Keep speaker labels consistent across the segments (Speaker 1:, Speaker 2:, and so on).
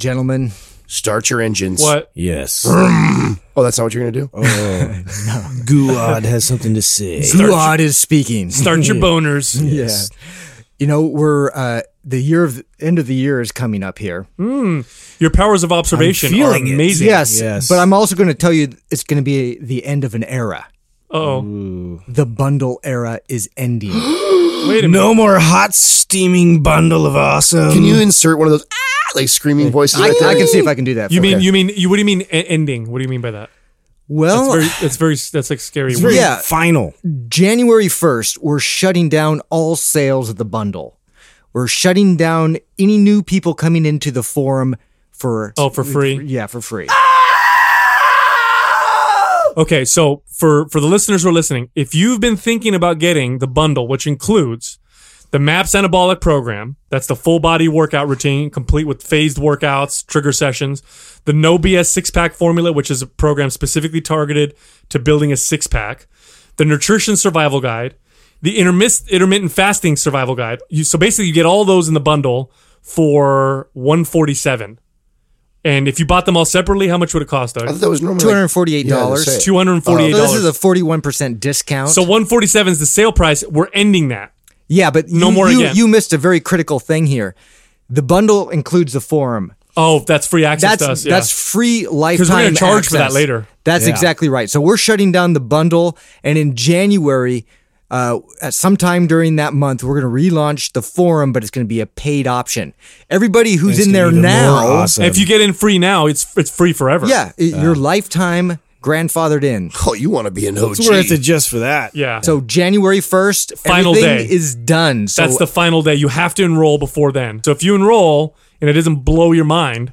Speaker 1: Gentlemen,
Speaker 2: Start your engines.
Speaker 3: What?
Speaker 4: Yes.
Speaker 2: Oh, that's not what you're gonna do.
Speaker 4: Oh. Guad has something to say.
Speaker 1: Zuad is speaking.
Speaker 3: Start your boners.
Speaker 4: Yes.
Speaker 1: You know, we're uh, the year of end of the year is coming up here.
Speaker 3: Your powers of observation
Speaker 4: I'm
Speaker 3: Mm, are
Speaker 4: feeling it.
Speaker 3: amazing.
Speaker 1: Yes,
Speaker 4: Yes.
Speaker 1: but I'm also going to tell you it's going to be the end of an era.
Speaker 3: Oh,
Speaker 1: The bundle era is ending.
Speaker 3: wait a minute.
Speaker 4: No more hot steaming bundle of awesome.
Speaker 2: Can you insert one of those ah, like screaming voices?
Speaker 1: I,
Speaker 2: right there?
Speaker 1: I can see if I can do that.
Speaker 3: You
Speaker 1: for
Speaker 3: mean you mean you? What do you mean e- ending? What do you mean by that? That's
Speaker 1: Well,
Speaker 3: very. That's very. That's like scary.
Speaker 4: Very
Speaker 1: Yeah.
Speaker 4: Final.
Speaker 1: January 1st, we're shutting down all sales of the bundle. We're shutting down any new people coming into the forum for
Speaker 3: Oh, for free.
Speaker 1: yeah, for free.
Speaker 3: Okay, so for for the listeners who are listening, if you've been thinking about getting the bundle, which includes the MAPS Anabolic Program, that's the full body workout routine, complete with phased workouts, trigger sessions, the No BS Six Pack Formula, which is a program specifically targeted to building a six pack, the Nutrition Survival Guide, the intermiss- Intermittent Fasting Survival Guide. You, so basically, you get all those in the bundle for one forty seven. And if you bought them all separately, how much would it cost,
Speaker 2: I
Speaker 3: Doug?
Speaker 2: thought that was normally
Speaker 1: Two hundred forty-eight dollars.
Speaker 2: Yeah, that's
Speaker 3: Two hundred and forty-eight dollars.
Speaker 1: Uh, this is a forty-one percent discount.
Speaker 3: So 147 is the sale price. We're ending that.
Speaker 1: yeah, but
Speaker 3: No
Speaker 1: you,
Speaker 3: more
Speaker 1: you,
Speaker 3: again.
Speaker 1: you missed a very critical thing here. The bundle includes the forum.
Speaker 3: Oh, that's free access
Speaker 1: That's
Speaker 3: to us. Yeah.
Speaker 1: that's free lifetime.
Speaker 3: we're gonna charge for that
Speaker 1: access.
Speaker 3: later.
Speaker 1: That's exactly right. So we're shutting down the bundle, and in January, uh, at sometime during that month, we're going to relaunch the forum, but it's going to be a paid option. Everybody who's
Speaker 4: It's
Speaker 1: in
Speaker 4: gonna
Speaker 1: there
Speaker 4: be even
Speaker 1: now,
Speaker 4: more awesome.
Speaker 3: if you get in free now, it's it's free forever.
Speaker 1: yeah, i- your lifetime grandfathered in.
Speaker 2: Oh, you want to be an OG?
Speaker 4: it's worth it just for that.
Speaker 3: Yeah.
Speaker 1: So January first,
Speaker 3: Final
Speaker 1: everything
Speaker 3: day.
Speaker 1: is done. So
Speaker 3: that's the final day. You have to enroll before then. So if you enroll and it doesn't blow your mind,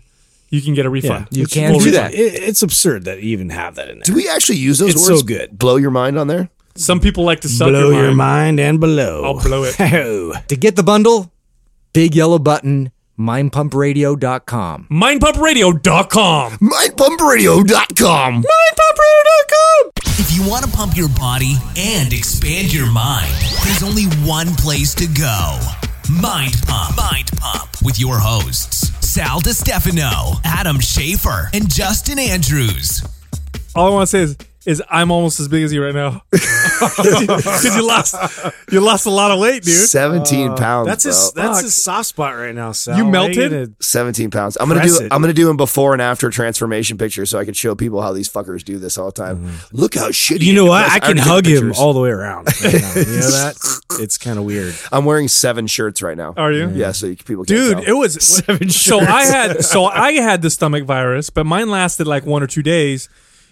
Speaker 3: you can get a refund.
Speaker 1: you
Speaker 3: It's
Speaker 1: can
Speaker 3: full
Speaker 1: do that.
Speaker 3: refund.
Speaker 4: It, it's absurd that you even have that in there.
Speaker 2: Do we actually use those
Speaker 4: It's so
Speaker 2: words?
Speaker 4: good.
Speaker 2: Blow your mind on there.
Speaker 3: Some people like to suck
Speaker 4: Blow
Speaker 3: your, mind.
Speaker 4: and below.
Speaker 3: I'll blow it.
Speaker 4: Oh.
Speaker 1: to get the bundle, big yellow button, mindpumpradio.com.
Speaker 3: Mindpumpradio.com.
Speaker 2: Mindpumpradio.com.
Speaker 5: If you want to pump your body and expand your mind, there's only one place to go Mind Pump. Mind Pump. With your hosts, Sal DiStefano, Adam Schaefer, and Justin Andrews.
Speaker 3: All I want to say is is I'm almost as big as you right now. Cuz you lost you lost a lot of weight, dude.
Speaker 2: Seventeen pounds.
Speaker 4: Uh, That's his
Speaker 2: bro.
Speaker 4: that's his soft spot right now, Sal.
Speaker 3: You
Speaker 4: Why
Speaker 3: melted?
Speaker 4: you gonna-
Speaker 2: Seventeen pounds. I'm gonna
Speaker 4: Press
Speaker 2: do.
Speaker 4: it.
Speaker 2: I'm gonna do an before and after transformation picture so I can show people how these fuckers do this all the time. Look how shitty.
Speaker 4: Mm-hmm. You know
Speaker 2: it
Speaker 4: what?
Speaker 2: was.
Speaker 4: I can
Speaker 2: already
Speaker 4: hug
Speaker 2: took
Speaker 4: him
Speaker 2: pictures.
Speaker 4: all the way around. right now. You know that? It's kind of weird.
Speaker 2: I'm wearing seven shirts right now.
Speaker 3: Are you?
Speaker 2: Yeah, so you- people. Can
Speaker 3: dude
Speaker 2: tell.
Speaker 3: it was so i had so i had the stomach virus but mine lasted like one or two days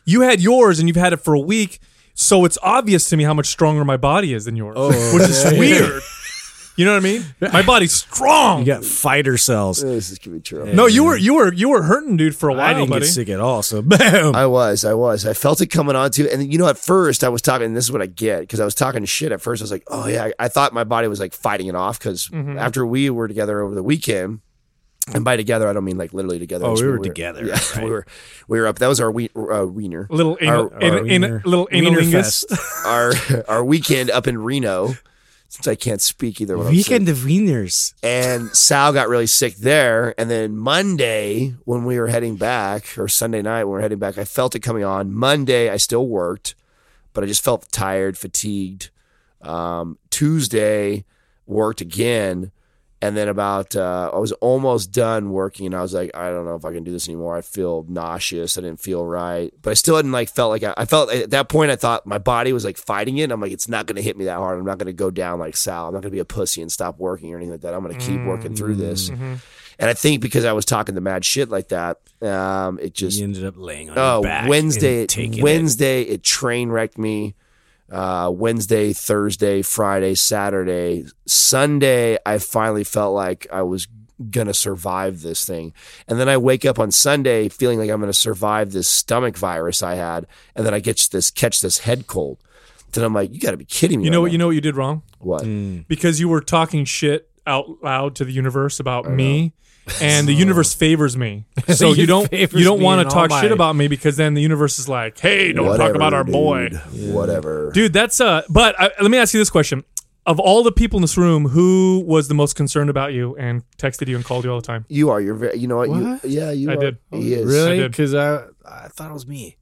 Speaker 3: you had yours and you've had it for a week so it's obvious to me how much stronger my body is than yours
Speaker 4: Oh,
Speaker 3: which is weird you know what i mean my body's strong
Speaker 4: You got fighter cells.
Speaker 2: This is gonna be true.
Speaker 3: no you were you were you were hurting dude for a while
Speaker 4: I didn't
Speaker 3: buddy
Speaker 4: get sick at all, so bam.
Speaker 2: I was, I was. I felt it coming on too. And you know, at first I was talking, and this is what I get because I was talking shit at first. I was like, oh yeah, I, I thought my body was like fighting it off because
Speaker 4: Mm-hmm.
Speaker 2: after we were together over the weekend, and by together I don't mean like literally together. I
Speaker 4: Oh,
Speaker 2: just
Speaker 4: we
Speaker 2: mean
Speaker 4: were together,
Speaker 2: Yeah, we were, we were up. That was our we, uh, wiener,
Speaker 3: little
Speaker 2: Our-
Speaker 3: anal, anal-
Speaker 4: our
Speaker 3: anal-
Speaker 4: wiener-
Speaker 3: little
Speaker 4: wiener
Speaker 3: analingus
Speaker 4: fest.
Speaker 2: our our weekend up in Reno. Since I can't speak either, what I'm saying.
Speaker 4: Weekend of wieners.
Speaker 2: and Sal got really sick there. And then Monday, when we were heading back, or Sunday night when we were heading back, I felt it coming on. Monday, I still worked, but I just felt tired, fatigued. Um, Tuesday, worked again. And then about, uh, I was almost done working, and I was like, I don't know if I can do this anymore. I feel nauseous. I didn't feel right, but I still hadn't like felt like I, I felt at that point. I thought my body was like fighting it. I'm like, it's not going to hit me that hard. I'm not going to go down like Sal. I'm not going to be a pussy and stop working or anything like that. I'm going to keep working through this. And I think because I was talking the mad shit like that, um, it just
Speaker 4: You ended up laying on
Speaker 2: Oh,
Speaker 4: your back.
Speaker 2: Wednesday,
Speaker 4: and taking it.
Speaker 2: Wednesday, it. train wrecked me. Uh, Wednesday, Thursday, Friday, Saturday, Sunday, I finally felt like I was gonna survive this thing. And then I wake up on Sunday feeling like I'm gonna survive this stomach virus I had, and then I get this catch this head cold. Then I'm like, you gotta be kidding me.
Speaker 3: you know what
Speaker 2: right
Speaker 3: you know what you did wrong
Speaker 2: now." What?
Speaker 4: Mm.
Speaker 3: because you were talking shit out loud to the universe about me and the universe favors me so
Speaker 4: It
Speaker 3: you don't you
Speaker 4: favors
Speaker 3: don't
Speaker 4: me
Speaker 3: want
Speaker 4: in
Speaker 3: to
Speaker 4: all
Speaker 3: talk
Speaker 4: my-
Speaker 3: shit about me because then the universe is like hey don't talk
Speaker 2: Whatever,
Speaker 3: about our boy
Speaker 2: dude. Whatever.
Speaker 3: dude that's uh but uh, let me ask you this question of all the people in this room, who was the most concerned about you and texted you and called you all the time?
Speaker 2: You are. You're very. You know what?
Speaker 4: What?
Speaker 2: You, yeah, you.
Speaker 3: I
Speaker 2: are.
Speaker 3: did.
Speaker 2: He is.
Speaker 3: I
Speaker 4: Really?
Speaker 3: did.
Speaker 4: Because I, I thought it was me.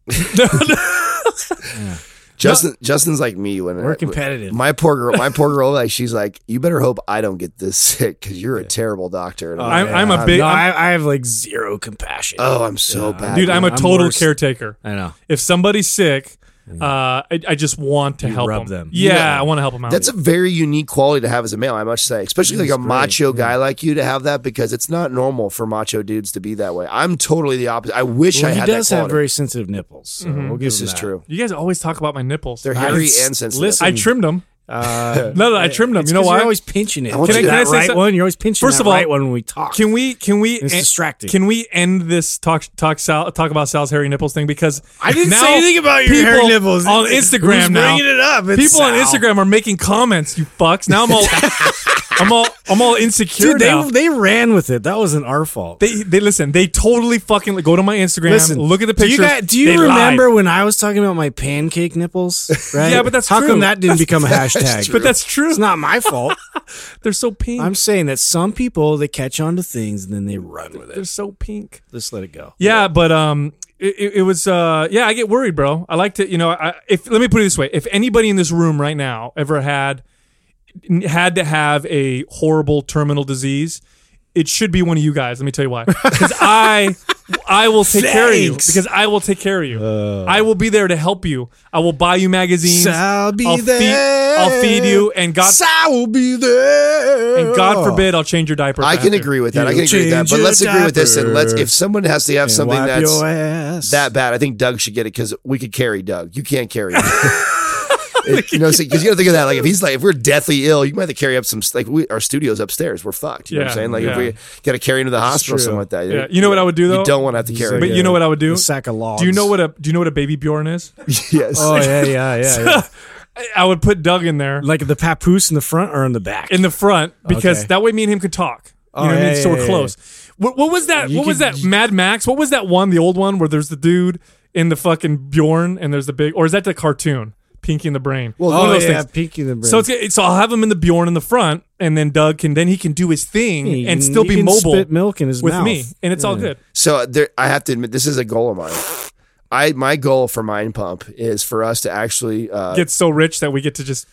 Speaker 2: Justin. Justin's like me when
Speaker 4: We're competitive.
Speaker 2: My poor girl. My poor girl. Like she's like, you better hope I don't get this sick because you're a terrible doctor. And
Speaker 4: Uh,
Speaker 2: I'm,
Speaker 3: I'm,
Speaker 2: like,
Speaker 3: I'm a big,
Speaker 4: no,
Speaker 3: I'm-
Speaker 4: I, I have like zero compassion.
Speaker 2: oh, I'm so bad.
Speaker 3: dude. I'm a
Speaker 4: I'm
Speaker 3: total
Speaker 4: worse.
Speaker 3: caretaker.
Speaker 4: I know.
Speaker 3: If somebody's sick, uh, I, I just want to help
Speaker 4: rub
Speaker 3: them.
Speaker 4: them.
Speaker 3: Yeah, I want to help them out.
Speaker 2: That's a very unique quality to have as a male. I must say, especially like a macho guy like you to have that because it's not normal for macho dudes to be that way. I'm totally the opposite. I wish
Speaker 4: Well,
Speaker 2: I
Speaker 4: he
Speaker 2: had
Speaker 4: does
Speaker 2: that
Speaker 4: have
Speaker 2: quality.
Speaker 4: very sensitive nipples. So we'll give
Speaker 2: this
Speaker 4: him
Speaker 2: is
Speaker 4: that.
Speaker 2: true.
Speaker 3: you guys always talk about my nipples.
Speaker 2: They're hairy
Speaker 4: I-
Speaker 2: and sensitive.
Speaker 4: listen,
Speaker 3: I trimmed them.
Speaker 4: Uh,
Speaker 3: No, no, I trimmed them.
Speaker 4: it's
Speaker 3: You know
Speaker 4: 'cause
Speaker 3: why?
Speaker 4: You're always pinching it.
Speaker 2: I want
Speaker 4: Can
Speaker 2: you to-
Speaker 4: I, can I
Speaker 3: That
Speaker 4: say
Speaker 3: right
Speaker 4: right one? You're always pinching
Speaker 3: First
Speaker 4: that
Speaker 3: of all,
Speaker 4: right one when we talk.
Speaker 3: Can we? Can we?
Speaker 4: It's
Speaker 3: eh,
Speaker 4: distracting.
Speaker 3: Can we end this talk talk Sal, talk about Sal's hairy nipples thing? Because
Speaker 4: I didn't
Speaker 3: now
Speaker 4: say anything about your hairy
Speaker 3: people
Speaker 4: nipples
Speaker 3: on
Speaker 4: Who's
Speaker 3: Instagram now.
Speaker 4: Bringing it up. It's
Speaker 3: people on
Speaker 4: Sal.
Speaker 3: Instagram are making comments. You fucks. Now I'm all, I'm all, I'm all insecure
Speaker 4: Dude,
Speaker 3: now.
Speaker 4: they, they ran with it. That wasn't our fault.
Speaker 3: They, they listen. They totally fucking go to my Instagram.
Speaker 4: Listen,
Speaker 3: look at the
Speaker 4: do
Speaker 3: pictures.
Speaker 4: you, guys- do you
Speaker 3: They
Speaker 4: remember
Speaker 3: lied.
Speaker 4: when I was talking about my pancake nipples? Right?
Speaker 3: Yeah, but that's
Speaker 4: how
Speaker 3: true.
Speaker 4: come that didn't become a hashtag.
Speaker 3: But that's true.
Speaker 4: it's not my fault.
Speaker 3: They're so pink.
Speaker 4: I'm saying that some people they catch on to things and then they run with
Speaker 3: They're
Speaker 4: it.
Speaker 3: so pink.
Speaker 4: Just let it go.
Speaker 3: Yeah, but um, it, it- it was uh, yeah, I get worried, bro. I like to, you know, I, if let me put it this way: if anybody in this room right now ever had had to have a horrible terminal disease, it should be one of you guys. Let me tell you why. Because I, I will take care of you.
Speaker 4: Thanks.
Speaker 3: Because I will take care of you. I will be there to help you. I will buy you magazines.
Speaker 4: I'll be
Speaker 3: I'll
Speaker 4: there.
Speaker 3: Feed, I'll feed you, and God,
Speaker 4: I will be there.
Speaker 3: and God forbid, I'll change your diaper. if
Speaker 2: I can
Speaker 3: have to.
Speaker 2: agree with that.
Speaker 4: You
Speaker 2: I can agree with that.
Speaker 4: change
Speaker 2: But
Speaker 4: your
Speaker 2: let's agree with this. And let's
Speaker 4: diaper
Speaker 2: if someone has to have
Speaker 4: And
Speaker 2: something
Speaker 4: wipe
Speaker 2: that's
Speaker 4: your ass.
Speaker 2: that bad, I think Doug should get it because we could carry Doug. You can't carry. him. It- you know, because you gotta think of that. Like if he's like, if we're deathly ill, you might have to carry up some. Like we, our studio's upstairs, we're fucked. You know what I'm
Speaker 3: Yeah,
Speaker 2: saying? Like
Speaker 3: yeah.
Speaker 2: if we gotta carry him to the hospital, or
Speaker 4: true.
Speaker 2: something like that.
Speaker 3: Yeah. You know what I would do, though?
Speaker 2: You don't want to have to carry.
Speaker 3: But
Speaker 2: him.
Speaker 3: you know what I would do?
Speaker 4: A sack of logs.
Speaker 3: Do you know what a Do you know what a baby Bjorn is?
Speaker 2: yes.
Speaker 4: Oh yeah, yeah, yeah. yeah.
Speaker 3: I- I would put Doug in there
Speaker 4: like the papoose in the front or in the back?
Speaker 3: in the front because
Speaker 4: Okay.
Speaker 3: that way me and him could talk. You
Speaker 4: Oh,
Speaker 3: know what I
Speaker 4: yeah,
Speaker 3: mean? so
Speaker 4: yeah,
Speaker 3: we're
Speaker 4: yeah,
Speaker 3: close. What, what was that?
Speaker 4: You
Speaker 3: what was
Speaker 4: could-
Speaker 3: that? Mad Max. What was that one? The old one where there's the dude in the fucking Bjorn and there's the big, or is that the cartoon Pinky in the Brain? Well,
Speaker 4: oh,
Speaker 3: one of those
Speaker 4: yeah,
Speaker 3: things.
Speaker 4: peek in the brain.
Speaker 3: So it's it's- so I'll have him in the Bjorn in the front, and then Doug can then he can do his thing
Speaker 4: He
Speaker 3: and
Speaker 4: can-
Speaker 3: still
Speaker 4: he
Speaker 3: be
Speaker 4: can
Speaker 3: mobile
Speaker 4: spit milk in his
Speaker 3: with
Speaker 4: mouth.
Speaker 3: me, and it's all good.
Speaker 2: So there, I have to admit, this is a goal of mine. I my goal for Mind Pump is for us to actually uh,
Speaker 3: Gets so rich that we get to just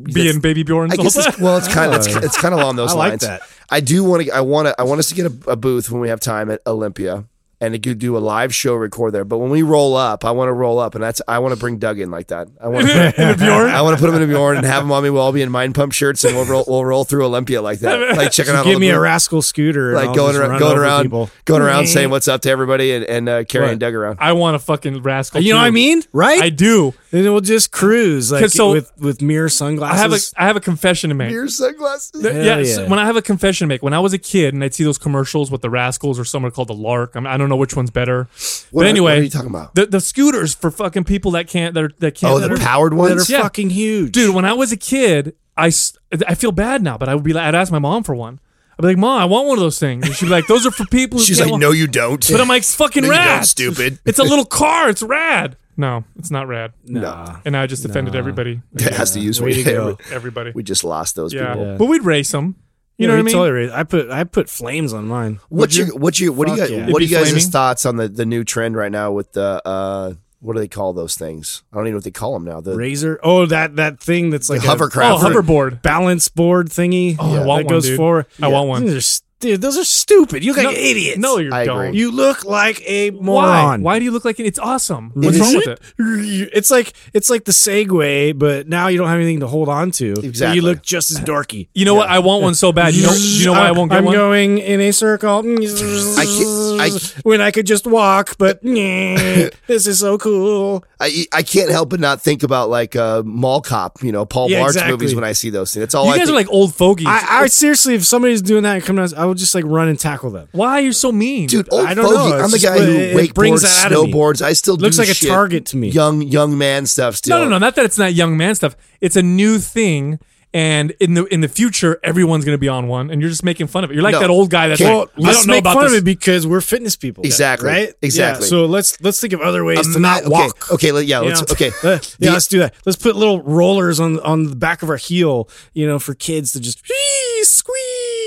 Speaker 3: be in baby Bjorns
Speaker 2: I
Speaker 3: all
Speaker 2: guess
Speaker 3: the
Speaker 2: it's, well, it's kind of it's, it's kind of along those
Speaker 4: I like
Speaker 2: lines.
Speaker 4: that.
Speaker 2: I do want to. I want to. I want us to get a, a booth when we have time at Olympia, and to do a live show record there. But when we roll up, I want to roll up, and that's I want to bring Doug in like that. I want
Speaker 3: In a Bjorn?
Speaker 2: I want to put him in a Bjorn and have him on me. We'll all be in mind pump shirts, and we'll roll, we'll roll through Olympia like that, like checking out. all
Speaker 4: give
Speaker 2: the
Speaker 4: me a
Speaker 2: booths,
Speaker 4: rascal scooter, and
Speaker 2: like
Speaker 4: I'll
Speaker 2: going
Speaker 4: just
Speaker 2: around,
Speaker 4: run
Speaker 2: going
Speaker 4: over
Speaker 2: around,
Speaker 4: people.
Speaker 2: going around, saying what's up to everybody, and, and uh, carrying Doug around.
Speaker 3: I want a fucking rascal.
Speaker 4: You know what I
Speaker 3: too.
Speaker 4: mean, right?
Speaker 3: I do.
Speaker 4: Then we'll just cruise, like
Speaker 3: 'Cause so-
Speaker 4: with with mirror
Speaker 3: I have a
Speaker 4: sunglasses.
Speaker 3: I have a confession to make.
Speaker 2: Your sunglasses.
Speaker 3: The-
Speaker 4: Hell
Speaker 3: yeah, so
Speaker 4: yeah.
Speaker 3: when I have a confession to make, when I was a kid and I'd see those commercials with the Rascals or somewhere called the Lark, I, mean, I don't know which one's better.
Speaker 2: What
Speaker 3: but
Speaker 2: are-
Speaker 3: anyway,
Speaker 2: what are you talking about?
Speaker 3: The, the scooters for fucking people that can't that are that can't.
Speaker 2: Oh,
Speaker 3: that
Speaker 2: the
Speaker 3: are-
Speaker 2: powered
Speaker 4: that
Speaker 2: ones.
Speaker 4: are
Speaker 3: Yeah.
Speaker 4: fucking huge,
Speaker 3: dude. When I was a kid, I s- I feel bad now, but I would be like, I'd ask my mom for one. I'd be like, Mom, I want one of those things. And she'd be like, Those are for people. Who
Speaker 2: She's
Speaker 3: can't
Speaker 2: like,
Speaker 3: walk."
Speaker 2: no, you don't.
Speaker 3: But I'm like, it's fucking
Speaker 2: No, you don't,
Speaker 3: rad.
Speaker 2: stupid.
Speaker 3: It's a little car. It's rad. No, it's not rad.
Speaker 4: Nah.
Speaker 3: And I just offended everybody.
Speaker 2: it has to use.
Speaker 4: Way to go.
Speaker 3: Everybody.
Speaker 2: We just lost those
Speaker 3: yeah.
Speaker 2: people.
Speaker 3: But we'd race them. You know what
Speaker 4: Yeah,
Speaker 3: I
Speaker 4: we
Speaker 3: mean?
Speaker 4: totally raised- I put I put flames on mine.
Speaker 2: What's your what's your what do you
Speaker 4: Fuck
Speaker 2: guys
Speaker 4: yeah.
Speaker 2: what are
Speaker 3: It'd
Speaker 2: you
Speaker 3: be
Speaker 2: guys'
Speaker 3: flaming.
Speaker 2: thoughts on the the new trend right now with the uh what do they call those things? I don't even know what they call them now. The
Speaker 4: Razor. Oh, that that thing that's like a
Speaker 2: hovercraft.
Speaker 3: Oh, hoverboard.
Speaker 4: balance board thingy.
Speaker 3: Oh, I
Speaker 4: that
Speaker 3: want one,
Speaker 4: goes
Speaker 3: dude.
Speaker 4: forward.
Speaker 3: I want one.
Speaker 4: Those are, s- dude, those are stupid. You look like idiots.
Speaker 3: No, you
Speaker 2: I agree.
Speaker 3: don't.
Speaker 4: you look like a
Speaker 3: Why?
Speaker 4: moron.
Speaker 3: Why do you look like it? It's awesome. What's wrong with it?
Speaker 4: It's like it's like the Segway, but now you don't have anything to hold on to. but
Speaker 2: Exactly.
Speaker 4: You look just as dorky.
Speaker 3: You know what? I want one so bad. You know, you know why I won't get
Speaker 4: I'm
Speaker 3: one?
Speaker 4: going in a circle.
Speaker 2: can't- I-
Speaker 4: when I could just walk, but this is so cool.
Speaker 2: I I can't help but not think about like uh, Mall Cop, you know, Paul
Speaker 4: Yeah,
Speaker 2: Blart
Speaker 4: exactly.
Speaker 2: movies when I see those things. That's all
Speaker 3: you
Speaker 2: I
Speaker 3: guys
Speaker 2: think.
Speaker 3: are like old fogies.
Speaker 4: I, I seriously, if somebody's doing that and coming, out, I would just like run and tackle them.
Speaker 3: why are you so mean?
Speaker 2: Dude, old
Speaker 4: I don't know.
Speaker 2: fogey.
Speaker 4: It's
Speaker 2: I'm the
Speaker 4: just
Speaker 2: guy
Speaker 4: what-
Speaker 2: who
Speaker 4: it- it
Speaker 2: wakeboards,
Speaker 4: brings that out of me.
Speaker 2: snowboards. I still
Speaker 4: Looks
Speaker 2: do
Speaker 4: like a
Speaker 2: shit.
Speaker 4: target to me.
Speaker 2: Young young man stuff. Still, Uh,
Speaker 3: no, no, no. Not that it's not young man stuff. It's a new thing. And in the in the future, everyone's going to be on one, and you're just making fun of it. You're like
Speaker 2: No.
Speaker 3: that old guy that's
Speaker 2: Can't.
Speaker 3: like, I
Speaker 4: let's
Speaker 3: don't know
Speaker 4: make
Speaker 3: about
Speaker 4: fun
Speaker 3: this.
Speaker 4: of it because we're fitness people.
Speaker 2: Exactly.
Speaker 4: Right?
Speaker 2: Exactly.
Speaker 4: Yeah, so let's let's think of other ways to
Speaker 2: Ima-
Speaker 4: not
Speaker 2: okay,
Speaker 4: walk.
Speaker 2: Okay, let- yeah,
Speaker 4: you
Speaker 2: let's
Speaker 4: know?
Speaker 2: Oh, okay.
Speaker 4: Uh, yeah,
Speaker 2: The-
Speaker 4: let's do that. Let's put little rollers on on the back of our heel, you know, for kids to just "Whee,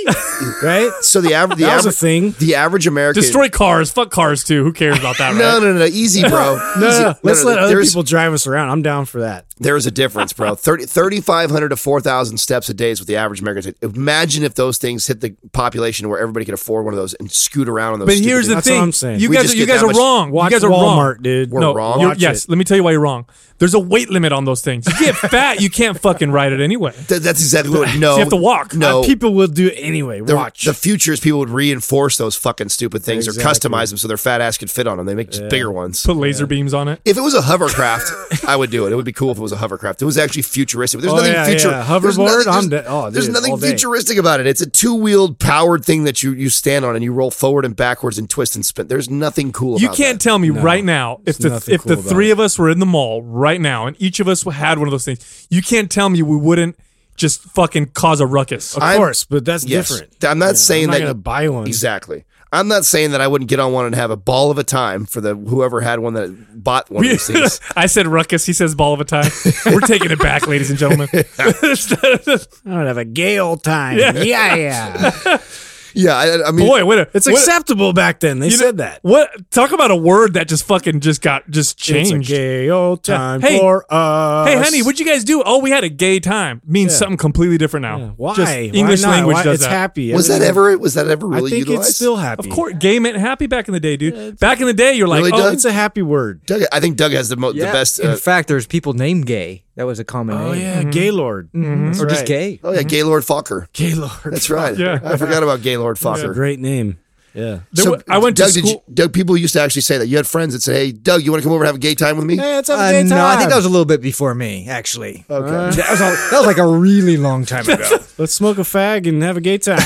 Speaker 4: squeak, right?
Speaker 2: so the average the
Speaker 4: That was a
Speaker 2: average
Speaker 4: thing.
Speaker 2: the average American
Speaker 3: Destroy cars, fuck cars too. Who cares about that?
Speaker 2: No,
Speaker 3: right?
Speaker 2: no, no, no. Easy, bro.
Speaker 4: No,
Speaker 2: Easy.
Speaker 4: no, no. let's let other
Speaker 2: there's-
Speaker 4: people drive us around. I'm down for that.
Speaker 2: There is a difference, bro. 30 3,500 to 4,000 steps a day is what the average American takes. Imagine if those things hit the population where everybody could afford one of those and scoot around on those.
Speaker 3: But
Speaker 2: stupid
Speaker 3: here's the
Speaker 4: That's
Speaker 3: thing:
Speaker 4: what I'm saying.
Speaker 3: you
Speaker 2: We
Speaker 3: guys,
Speaker 2: just
Speaker 3: you
Speaker 2: get
Speaker 3: guys
Speaker 2: that
Speaker 3: are
Speaker 2: much-
Speaker 3: wrong.
Speaker 4: Watch
Speaker 3: you guys are
Speaker 4: Walmart,
Speaker 3: wrong.
Speaker 4: dude.
Speaker 2: We're
Speaker 3: no,
Speaker 2: wrong.
Speaker 3: you're-
Speaker 2: Watch
Speaker 3: Yes, let me tell you why you're wrong. There's a weight limit on those things. You get fat, you can't fucking ride it anyway.
Speaker 2: Th- that's exactly what. No,
Speaker 3: you have to walk.
Speaker 2: No,
Speaker 4: People will do it anyway.
Speaker 2: the,
Speaker 4: Watch.
Speaker 2: the futures people would reinforce those fucking stupid things
Speaker 4: Exactly.
Speaker 2: or customize them so their fat ass could fit on them. They make just bigger ones.
Speaker 3: Put laser beams on it.
Speaker 2: If it was a hovercraft, I would do it. It would be cool if it was a hovercraft. It was actually futuristic. There's
Speaker 4: Oh,
Speaker 2: nothing
Speaker 4: yeah,
Speaker 2: future.
Speaker 4: yeah.
Speaker 2: there's
Speaker 4: Hoverboard,
Speaker 2: nothing-
Speaker 4: I'm
Speaker 2: there's-
Speaker 4: de- oh,
Speaker 2: there's
Speaker 4: dude,
Speaker 2: nothing
Speaker 4: all day.
Speaker 2: futuristic about it. It's a two wheeled powered thing that you you stand on and you roll forward and backwards and twist and spin. There's nothing cool.
Speaker 3: You
Speaker 2: about
Speaker 3: can't
Speaker 2: that.
Speaker 3: tell me right now if the
Speaker 4: nothing
Speaker 3: if the
Speaker 4: cool about
Speaker 3: three of us were in the mall right now and each of us had one of those things. You can't tell me we wouldn't just fucking cause a ruckus.
Speaker 4: of
Speaker 2: I'm-
Speaker 4: course, but that's
Speaker 2: Yes.
Speaker 4: different.
Speaker 2: I'm not saying
Speaker 4: I'm not
Speaker 2: that
Speaker 4: gonna buy one.
Speaker 2: Exactly. I'm not saying that I wouldn't get on one and have a ball of a time for the whoever had one that bought one of these things.
Speaker 3: I said ruckus. He says ball of a tie. We're taking it back, ladies and gentlemen.
Speaker 4: I'm gonna have a gay old time. Yeah, yeah.
Speaker 2: Yeah, I, I mean,
Speaker 3: Boy, what a,
Speaker 4: It's
Speaker 3: what-
Speaker 4: acceptable back then. They
Speaker 3: you know-
Speaker 4: said that.
Speaker 3: What? Talk about a word that just fucking just got just changed.
Speaker 4: It's a gay old time
Speaker 3: Hey.
Speaker 4: for us.
Speaker 3: Hey, honey, what'd you guys do? Oh, we had a gay time. Means something completely different now.
Speaker 4: Why?
Speaker 3: Just
Speaker 4: Why
Speaker 3: English
Speaker 4: not?
Speaker 3: language
Speaker 4: Why-
Speaker 3: does
Speaker 4: it's
Speaker 3: that.
Speaker 4: happy.
Speaker 2: was that
Speaker 4: Everything-
Speaker 2: ever? Was that ever really
Speaker 4: I think
Speaker 2: utilized?
Speaker 4: it's still happy.
Speaker 3: Of course, gay meant happy back in the day, dude. Back in the day, you're like,
Speaker 2: Really
Speaker 3: oh,
Speaker 2: does?
Speaker 4: It's a happy word.
Speaker 2: Doug, I think Doug has the mo- the best.
Speaker 1: In
Speaker 2: Uh,
Speaker 1: fact, there's people named gay. That was a common
Speaker 4: Oh
Speaker 1: name.
Speaker 4: yeah, Gaylord.
Speaker 1: Or just gay.
Speaker 2: oh
Speaker 4: mm-hmm.
Speaker 2: yeah, Gaylord Fokker.
Speaker 4: Gaylord.
Speaker 2: That's right.
Speaker 3: Yeah.
Speaker 2: I forgot about Gaylord Fokker.
Speaker 4: Great name. Yeah.
Speaker 3: there wa- I went
Speaker 2: Doug,
Speaker 3: to
Speaker 2: did
Speaker 3: school.
Speaker 2: You, Doug, people used to actually say that. You had friends that said, "Hey, Doug, you want to come over and have a gay time with me?"
Speaker 4: Hey, it's a
Speaker 1: Uh,
Speaker 4: gay
Speaker 1: no, I think
Speaker 4: time.
Speaker 1: that was a little bit before me, actually.
Speaker 2: Okay.
Speaker 1: That was, a- that was like a really long time ago.
Speaker 4: Let's smoke a fag and have a gay time.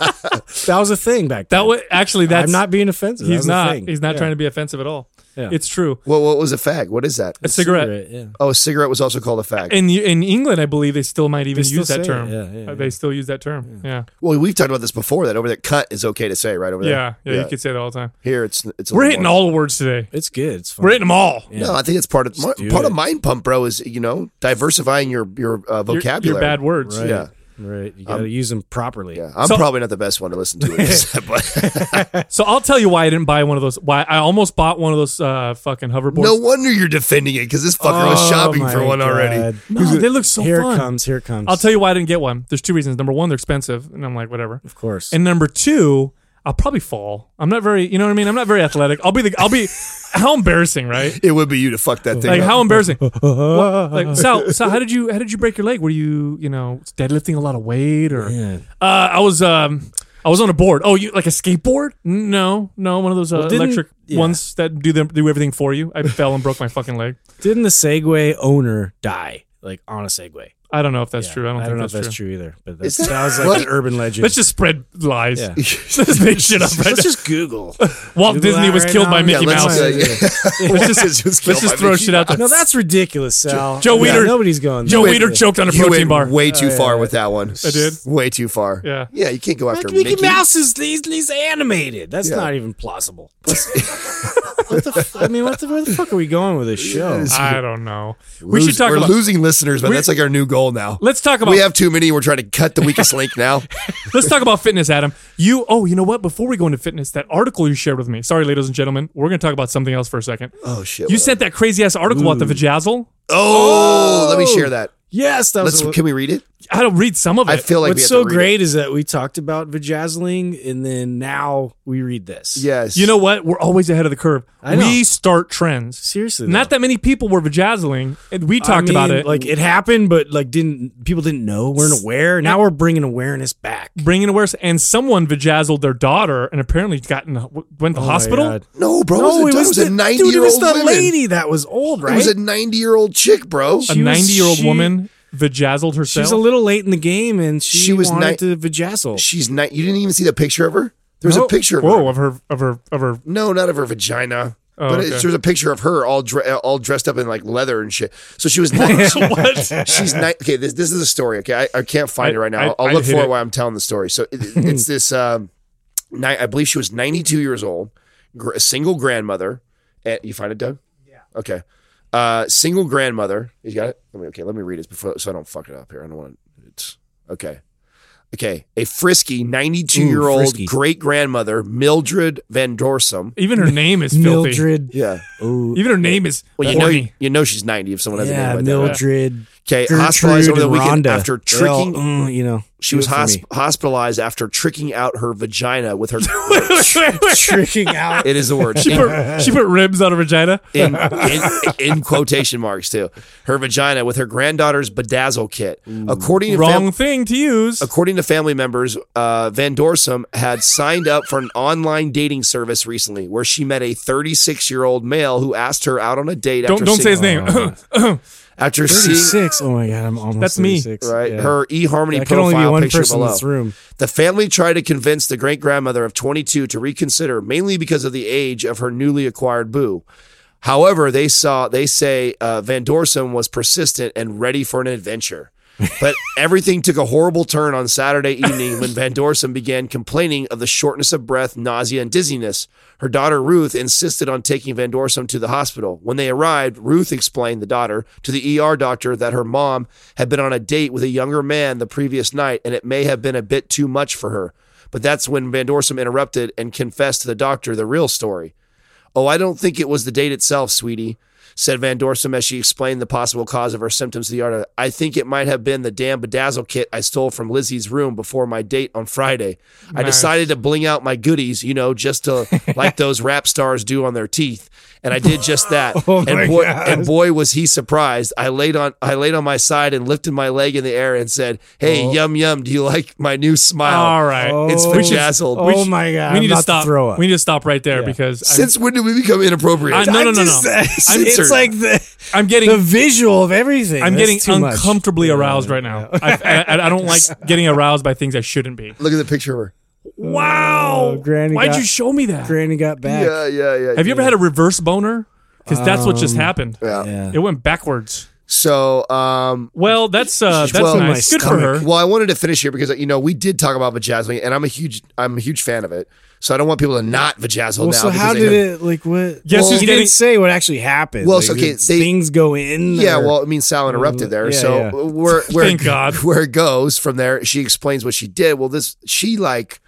Speaker 4: that was a thing back then.
Speaker 3: that was actually that's
Speaker 4: I'm not being offensive.
Speaker 3: He's not. He's not trying to be offensive at all.
Speaker 4: Yeah.
Speaker 3: It's true.
Speaker 2: Well, what was a fag? What is that?
Speaker 3: A cigarette.
Speaker 4: Yeah.
Speaker 2: Oh, a cigarette was also called a fag.
Speaker 3: In in England, I believe they still might even
Speaker 4: They still
Speaker 3: use that
Speaker 4: say it.
Speaker 3: term.
Speaker 4: Yeah, yeah,
Speaker 3: Uh, They still use that term. Yeah.
Speaker 2: well, we've talked about this before. That over there, cut is okay to say, right over
Speaker 3: Yeah.
Speaker 2: there.
Speaker 3: Yeah. You could say that all the time.
Speaker 2: Here, it's it's. a
Speaker 3: We're
Speaker 2: little
Speaker 3: hitting
Speaker 2: more-
Speaker 3: all the words today.
Speaker 4: It's good. It's fun.
Speaker 3: We're hitting them all.
Speaker 2: No, I think it's part of part
Speaker 4: do
Speaker 2: of
Speaker 4: it.
Speaker 2: mind pump, bro. Is you know diversifying your your uh,
Speaker 3: Your-
Speaker 2: vocabulary.
Speaker 3: Your, bad words.
Speaker 4: right.
Speaker 2: Yeah. Um,
Speaker 4: Right. You got to use them properly.
Speaker 2: Yeah, I'm
Speaker 3: So-
Speaker 2: probably not the best one to listen to. it, but
Speaker 3: So I'll tell you why I didn't buy one of those. Why I almost bought one of those uh, fucking hoverboards.
Speaker 2: no wonder you're defending it because this fucker was
Speaker 4: Oh,
Speaker 2: shopping
Speaker 4: my
Speaker 2: for one already.
Speaker 4: God.
Speaker 3: No, they look so
Speaker 4: here
Speaker 3: fun.
Speaker 4: comes. Here comes.
Speaker 3: I'll tell you why I didn't get one. There's two reasons. Number one, they're expensive, and I'm like, whatever.
Speaker 4: Of course.
Speaker 3: And number two, I'll probably fall. I'm not very, you know what I mean. I'm not very athletic. I'll be the, I'll be, how embarrassing, right?
Speaker 2: It would be you to fuck that thing.
Speaker 3: Like
Speaker 2: up.
Speaker 3: how embarrassing. Like Sal, Sal, how did you, how did you break your leg? Were you, you know, deadlifting a lot of weight or? Uh, I was, um, I was on a board. Oh, you like a skateboard? No, no, one of those uh,
Speaker 4: didn't-
Speaker 3: electric
Speaker 4: yeah.
Speaker 3: ones that do them, do everything for you. I fell and broke my fucking leg.
Speaker 4: Didn't the Segway owner die like on a Segway?
Speaker 3: I don't know if that's true. I don't, think
Speaker 4: know
Speaker 3: that's,
Speaker 4: if that's
Speaker 3: true.
Speaker 4: true, either. But that's,
Speaker 2: Is
Speaker 4: that was like
Speaker 2: What?
Speaker 4: an urban legend.
Speaker 3: Let's just spread lies.
Speaker 4: Yeah.
Speaker 3: Let's make shit up right
Speaker 4: Let's
Speaker 3: now.
Speaker 4: just Google.
Speaker 3: Walt
Speaker 4: Google
Speaker 3: Disney
Speaker 4: that
Speaker 3: was
Speaker 4: right
Speaker 3: killed
Speaker 4: now.
Speaker 3: by
Speaker 4: Yeah,
Speaker 3: Mickey
Speaker 2: let's,
Speaker 3: Mouse.
Speaker 2: uh,
Speaker 3: Let's just,
Speaker 2: Let's just kill
Speaker 3: let's just
Speaker 2: my
Speaker 3: throw
Speaker 2: Mickey
Speaker 3: shit out there.
Speaker 4: No, that's ridiculous, Sal.
Speaker 3: Joe
Speaker 4: Yeah,
Speaker 3: Weider-
Speaker 4: Nobody's going.
Speaker 3: Joe
Speaker 4: there.
Speaker 3: Weider choked on a
Speaker 2: You
Speaker 3: protein
Speaker 2: went
Speaker 3: bar.
Speaker 2: way
Speaker 4: Oh,
Speaker 2: too far with that one. I
Speaker 3: did.
Speaker 2: Way too far.
Speaker 3: Yeah.
Speaker 2: Yeah, you can't go after
Speaker 4: Like
Speaker 2: Mickey.
Speaker 4: Mickey, Mouse is he's, he's animated. That's
Speaker 2: Yeah.
Speaker 4: not even plausible. what the? F- I mean, what the, where the fuck are we going with this show?
Speaker 3: I don't know.
Speaker 2: We're
Speaker 3: We should
Speaker 2: losing-
Speaker 3: talk
Speaker 2: We're
Speaker 3: about.
Speaker 2: losing listeners, but
Speaker 3: We-
Speaker 2: that's like our new goal now.
Speaker 3: Let's talk about.
Speaker 2: We have too many. We're trying to cut the weakest link now.
Speaker 3: let's talk about fitness, Adam. You. Oh, you know what? Before we go into fitness, that article you shared with me. Sorry, ladies and gentlemen, we're going to talk about something else for a second.
Speaker 2: Oh shit.
Speaker 3: You sent that crazy ass article about the vajazzle.
Speaker 2: Oh, let me share that.
Speaker 4: Yes, that was.
Speaker 2: Let's.
Speaker 4: a-
Speaker 2: Can we read it?
Speaker 3: I don't read some of it.
Speaker 2: I feel like we
Speaker 4: what's
Speaker 2: have
Speaker 4: so
Speaker 2: to read it.
Speaker 4: great is that we talked about vajazzling, and then now we read this.
Speaker 2: Yes.
Speaker 3: you know what? We're always ahead of the curve.
Speaker 4: I know.
Speaker 3: We start trends.
Speaker 4: Seriously,
Speaker 3: Not that many people were vajazzling, and we
Speaker 4: I
Speaker 3: talked about
Speaker 4: mean,
Speaker 3: it.
Speaker 4: Like it happened, but like didn't people didn't know weren't aware. Now we're bringing awareness back.
Speaker 3: bringing awareness, and someone vajazzled their daughter, and apparently got in, went to the
Speaker 4: Oh my
Speaker 3: hospital.
Speaker 4: God.
Speaker 2: No, bro.
Speaker 4: No,
Speaker 2: it was, a- it was
Speaker 4: the-
Speaker 2: a
Speaker 4: dude, it was
Speaker 2: ninety-year-old
Speaker 4: the
Speaker 2: woman.
Speaker 4: lady that was old, right?
Speaker 2: It was a ninety-year-old chick, bro.
Speaker 3: a
Speaker 4: She was-
Speaker 3: 90 year old
Speaker 4: she-
Speaker 3: woman vajazzled
Speaker 4: She
Speaker 3: herself.
Speaker 4: was a little late in the game, and she,
Speaker 2: She was
Speaker 4: wanted
Speaker 2: ni-
Speaker 4: to vajazzle.
Speaker 2: She's not. You didn't even see the picture of her. There was
Speaker 3: No.
Speaker 2: a picture of
Speaker 3: Oh, Whoa,
Speaker 2: her.
Speaker 3: of her, of her, of her.
Speaker 2: No, not of her vagina.
Speaker 3: Oh,
Speaker 2: but
Speaker 3: okay.
Speaker 2: it, there's a picture of her all dre- all dressed up in like leather and shit. So she was nice.
Speaker 3: what?
Speaker 2: She's ni- okay. This this is a story. Okay, I, I can't find
Speaker 3: I-
Speaker 2: it right now.
Speaker 3: I-
Speaker 2: I'll, I'll
Speaker 3: I'd
Speaker 2: look
Speaker 3: hit
Speaker 2: for
Speaker 3: it.
Speaker 2: it while I'm telling the story. So it, it's this. Um, ni- I believe she was 92 years old, gr- a single grandmother. And you find it, Doug? Yeah. Okay. Uh, single grandmother. You got it? Let me. Okay. Let me read this before so I don't fuck it up here. I don't want it's okay. Okay, a frisky 92 year old
Speaker 1: frisky.
Speaker 2: great grandmother, Mildred Van Dorsum.
Speaker 3: Even her name is filthy.
Speaker 4: Mildred.
Speaker 2: Yeah.
Speaker 1: Oh,
Speaker 3: Even her name is
Speaker 2: Well, you know, you, know she's 90 if someone has a name
Speaker 4: Yeah,
Speaker 2: like
Speaker 4: Mildred.
Speaker 2: that. Okay,
Speaker 4: Gertrude
Speaker 2: hospitalized over the
Speaker 4: and
Speaker 2: weekend
Speaker 4: Rhonda.
Speaker 2: after
Speaker 4: They're all,
Speaker 2: tricking.
Speaker 4: mm, you know,
Speaker 2: She was
Speaker 4: good for
Speaker 2: hosp-
Speaker 4: me.
Speaker 2: hospitalized after tricking out her vagina with her.
Speaker 4: tricking out.
Speaker 2: it is the word.
Speaker 3: she, put, she put ribs on her vagina.
Speaker 2: In, in, in quotation marks, too. Her vagina with her granddaughter's bedazzle kit. According to fam-
Speaker 3: Wrong thing to use.
Speaker 2: According to family members, uh, Van Dorsum had signed up for an online dating service recently where she met a 36 year old male who asked her out on a date
Speaker 3: Don't
Speaker 2: after
Speaker 3: don't say
Speaker 2: seeing,
Speaker 3: his name.
Speaker 2: After seeing
Speaker 4: Thirty-six. Oh my god, I'm almost.
Speaker 3: That's me.
Speaker 4: 36.
Speaker 2: right,
Speaker 4: Yeah.
Speaker 2: her eHarmony
Speaker 4: That could
Speaker 2: profile
Speaker 4: only be one
Speaker 2: picture
Speaker 4: person
Speaker 2: below.
Speaker 4: in this room.
Speaker 2: The family tried to convince the great grandmother of 22 to reconsider, mainly because of the age of her newly acquired boo. However, they saw they say uh, Van Dorsum was persistent and ready for an adventure. But everything took a horrible turn on Saturday evening when Van Dorsum began complaining of the shortness of breath, nausea, and dizziness. Her daughter Ruth insisted on taking Van Dorsum to the hospital. When they arrived, Ruth explained the daughter to the ER doctor that her mom had been on a date with a younger man the previous night and it may have been a bit too much for her. But that's when Van Dorsum interrupted and confessed to the doctor the real story. Oh, I don't think it was the date itself, sweetie, said Van Dorsum as she explained the possible cause of her symptoms to the artist. I think it might have been the damn bedazzle kit I stole from Lizzie's room before my date on Friday. I
Speaker 3: Nice.
Speaker 2: decided to bling out my goodies, you know, just to like those rap stars do on their teeth. And I did just that.
Speaker 4: Oh my
Speaker 2: and boy
Speaker 4: God.
Speaker 2: and boy was he surprised. I laid on I laid on my side and lifted my leg in the air and said, Hey, yum yum, do you like my new smile?
Speaker 3: All right.
Speaker 2: It's
Speaker 4: Oh.
Speaker 2: bedazzled.
Speaker 4: Oh my god,
Speaker 3: we need
Speaker 4: I'm
Speaker 3: to
Speaker 4: about
Speaker 3: stop.
Speaker 4: throw up.
Speaker 3: We need to stop right there because
Speaker 2: Since when did we become inappropriate?
Speaker 3: I- no,
Speaker 4: I'm
Speaker 3: no, no,
Speaker 4: just-
Speaker 3: no.
Speaker 4: It's,
Speaker 2: I'm
Speaker 4: it's
Speaker 2: certain.
Speaker 4: like the
Speaker 3: I'm, I'm getting
Speaker 4: the visual of everything.
Speaker 3: I'm
Speaker 4: That's
Speaker 3: getting
Speaker 4: too much.
Speaker 3: uncomfortably aroused right now. I, I, I- I don't like getting aroused by things I shouldn't be.
Speaker 2: Look at the picture of her.
Speaker 3: Wow,
Speaker 4: Oh, Granny
Speaker 3: why'd
Speaker 4: got-
Speaker 3: you show me that?
Speaker 4: Granny got back.
Speaker 2: Yeah, yeah, yeah.
Speaker 3: Have you ever had a reverse boner? Because that's what just happened.
Speaker 2: Yeah.
Speaker 4: Um, Yeah.
Speaker 3: It went backwards.
Speaker 2: So, um,
Speaker 3: Well, that's uh, that's
Speaker 2: well-
Speaker 3: nice.
Speaker 4: My
Speaker 3: Good for her.
Speaker 4: stomach.
Speaker 2: well, I wanted to finish here because you know we did talk about vajazzling, and I'm a huge, I'm a huge fan of it. So I don't want people to not vajazzle
Speaker 4: Well,
Speaker 2: now.
Speaker 4: so
Speaker 2: because
Speaker 4: how
Speaker 2: they
Speaker 4: did
Speaker 2: have-
Speaker 4: it like what?
Speaker 3: Guess
Speaker 4: well,
Speaker 3: who's
Speaker 4: he
Speaker 3: getting-
Speaker 4: didn't say what actually happened.
Speaker 2: Well,
Speaker 4: like,
Speaker 2: so, okay,
Speaker 4: did
Speaker 2: they-
Speaker 4: things go in.
Speaker 2: Yeah,
Speaker 4: or-
Speaker 2: well, I mean, Sal interrupted there.
Speaker 4: Yeah,
Speaker 2: so
Speaker 4: yeah.
Speaker 2: where where
Speaker 3: Thank God.
Speaker 2: where it goes from there, she explains what she did. Well, this she like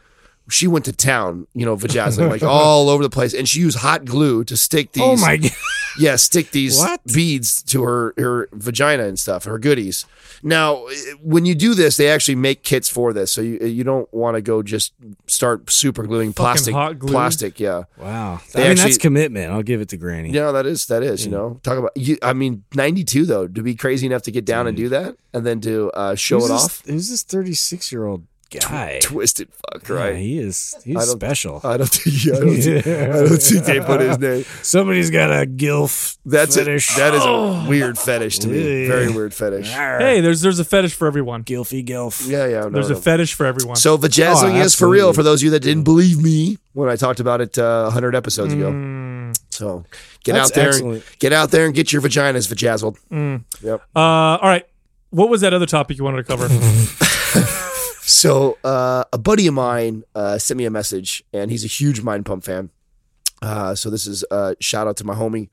Speaker 2: she went to town, you know, vajazzling like all over the place, and she used hot glue to stick these.
Speaker 4: oh my god,
Speaker 2: yeah, stick these
Speaker 4: What?
Speaker 2: beads to her her vagina and stuff, her goodies. Now, eh, when you do this, they actually make kits for this, so you you don't want to go just start super gluing plastic
Speaker 3: hot glue.
Speaker 2: plastic. Yeah,
Speaker 4: wow.
Speaker 2: They
Speaker 4: I mean,
Speaker 2: actually-
Speaker 4: that's commitment. I'll give it to Granny.
Speaker 2: yeah, that is that is you
Speaker 4: Hmm.
Speaker 2: know talk about you. I mean, ninety two though to be crazy enough to get down and do that, and then to uh, show
Speaker 4: who's
Speaker 2: it
Speaker 4: this,
Speaker 2: off,
Speaker 4: Who's this 36 year old guy?
Speaker 2: twisted fuck
Speaker 4: Yeah,
Speaker 2: right.
Speaker 4: he is.
Speaker 2: I
Speaker 4: He's
Speaker 2: don't-
Speaker 4: special.
Speaker 2: I don't think yeah, I don't, think, I don't think they put his name.
Speaker 4: Somebody's got a gilf.
Speaker 2: That's it.
Speaker 4: fetish. Oh.
Speaker 2: That is a weird fetish to me.
Speaker 4: Yeah.
Speaker 2: Very weird fetish.
Speaker 4: Arr,
Speaker 3: Hey, there's there's a fetish for everyone.
Speaker 4: gilfy gilf.
Speaker 2: Yeah, yeah. no,
Speaker 3: There's a
Speaker 2: no.
Speaker 3: fetish for everyone.
Speaker 2: So vajazzling
Speaker 4: Oh,
Speaker 2: is for real.
Speaker 4: absolutely.
Speaker 2: For those of you that didn't believe me when I talked about it uh, 100 episodes ago, so get
Speaker 4: Hmm. That's
Speaker 2: out there,
Speaker 4: excellent.
Speaker 2: get out there, and get your vaginas vajazzled.
Speaker 3: uh, all right. What was that other topic you wanted to cover?
Speaker 2: So uh, a buddy of mine uh, sent me a message, and he's a huge Mind Pump fan. Uh, so this is a shout out to my homie.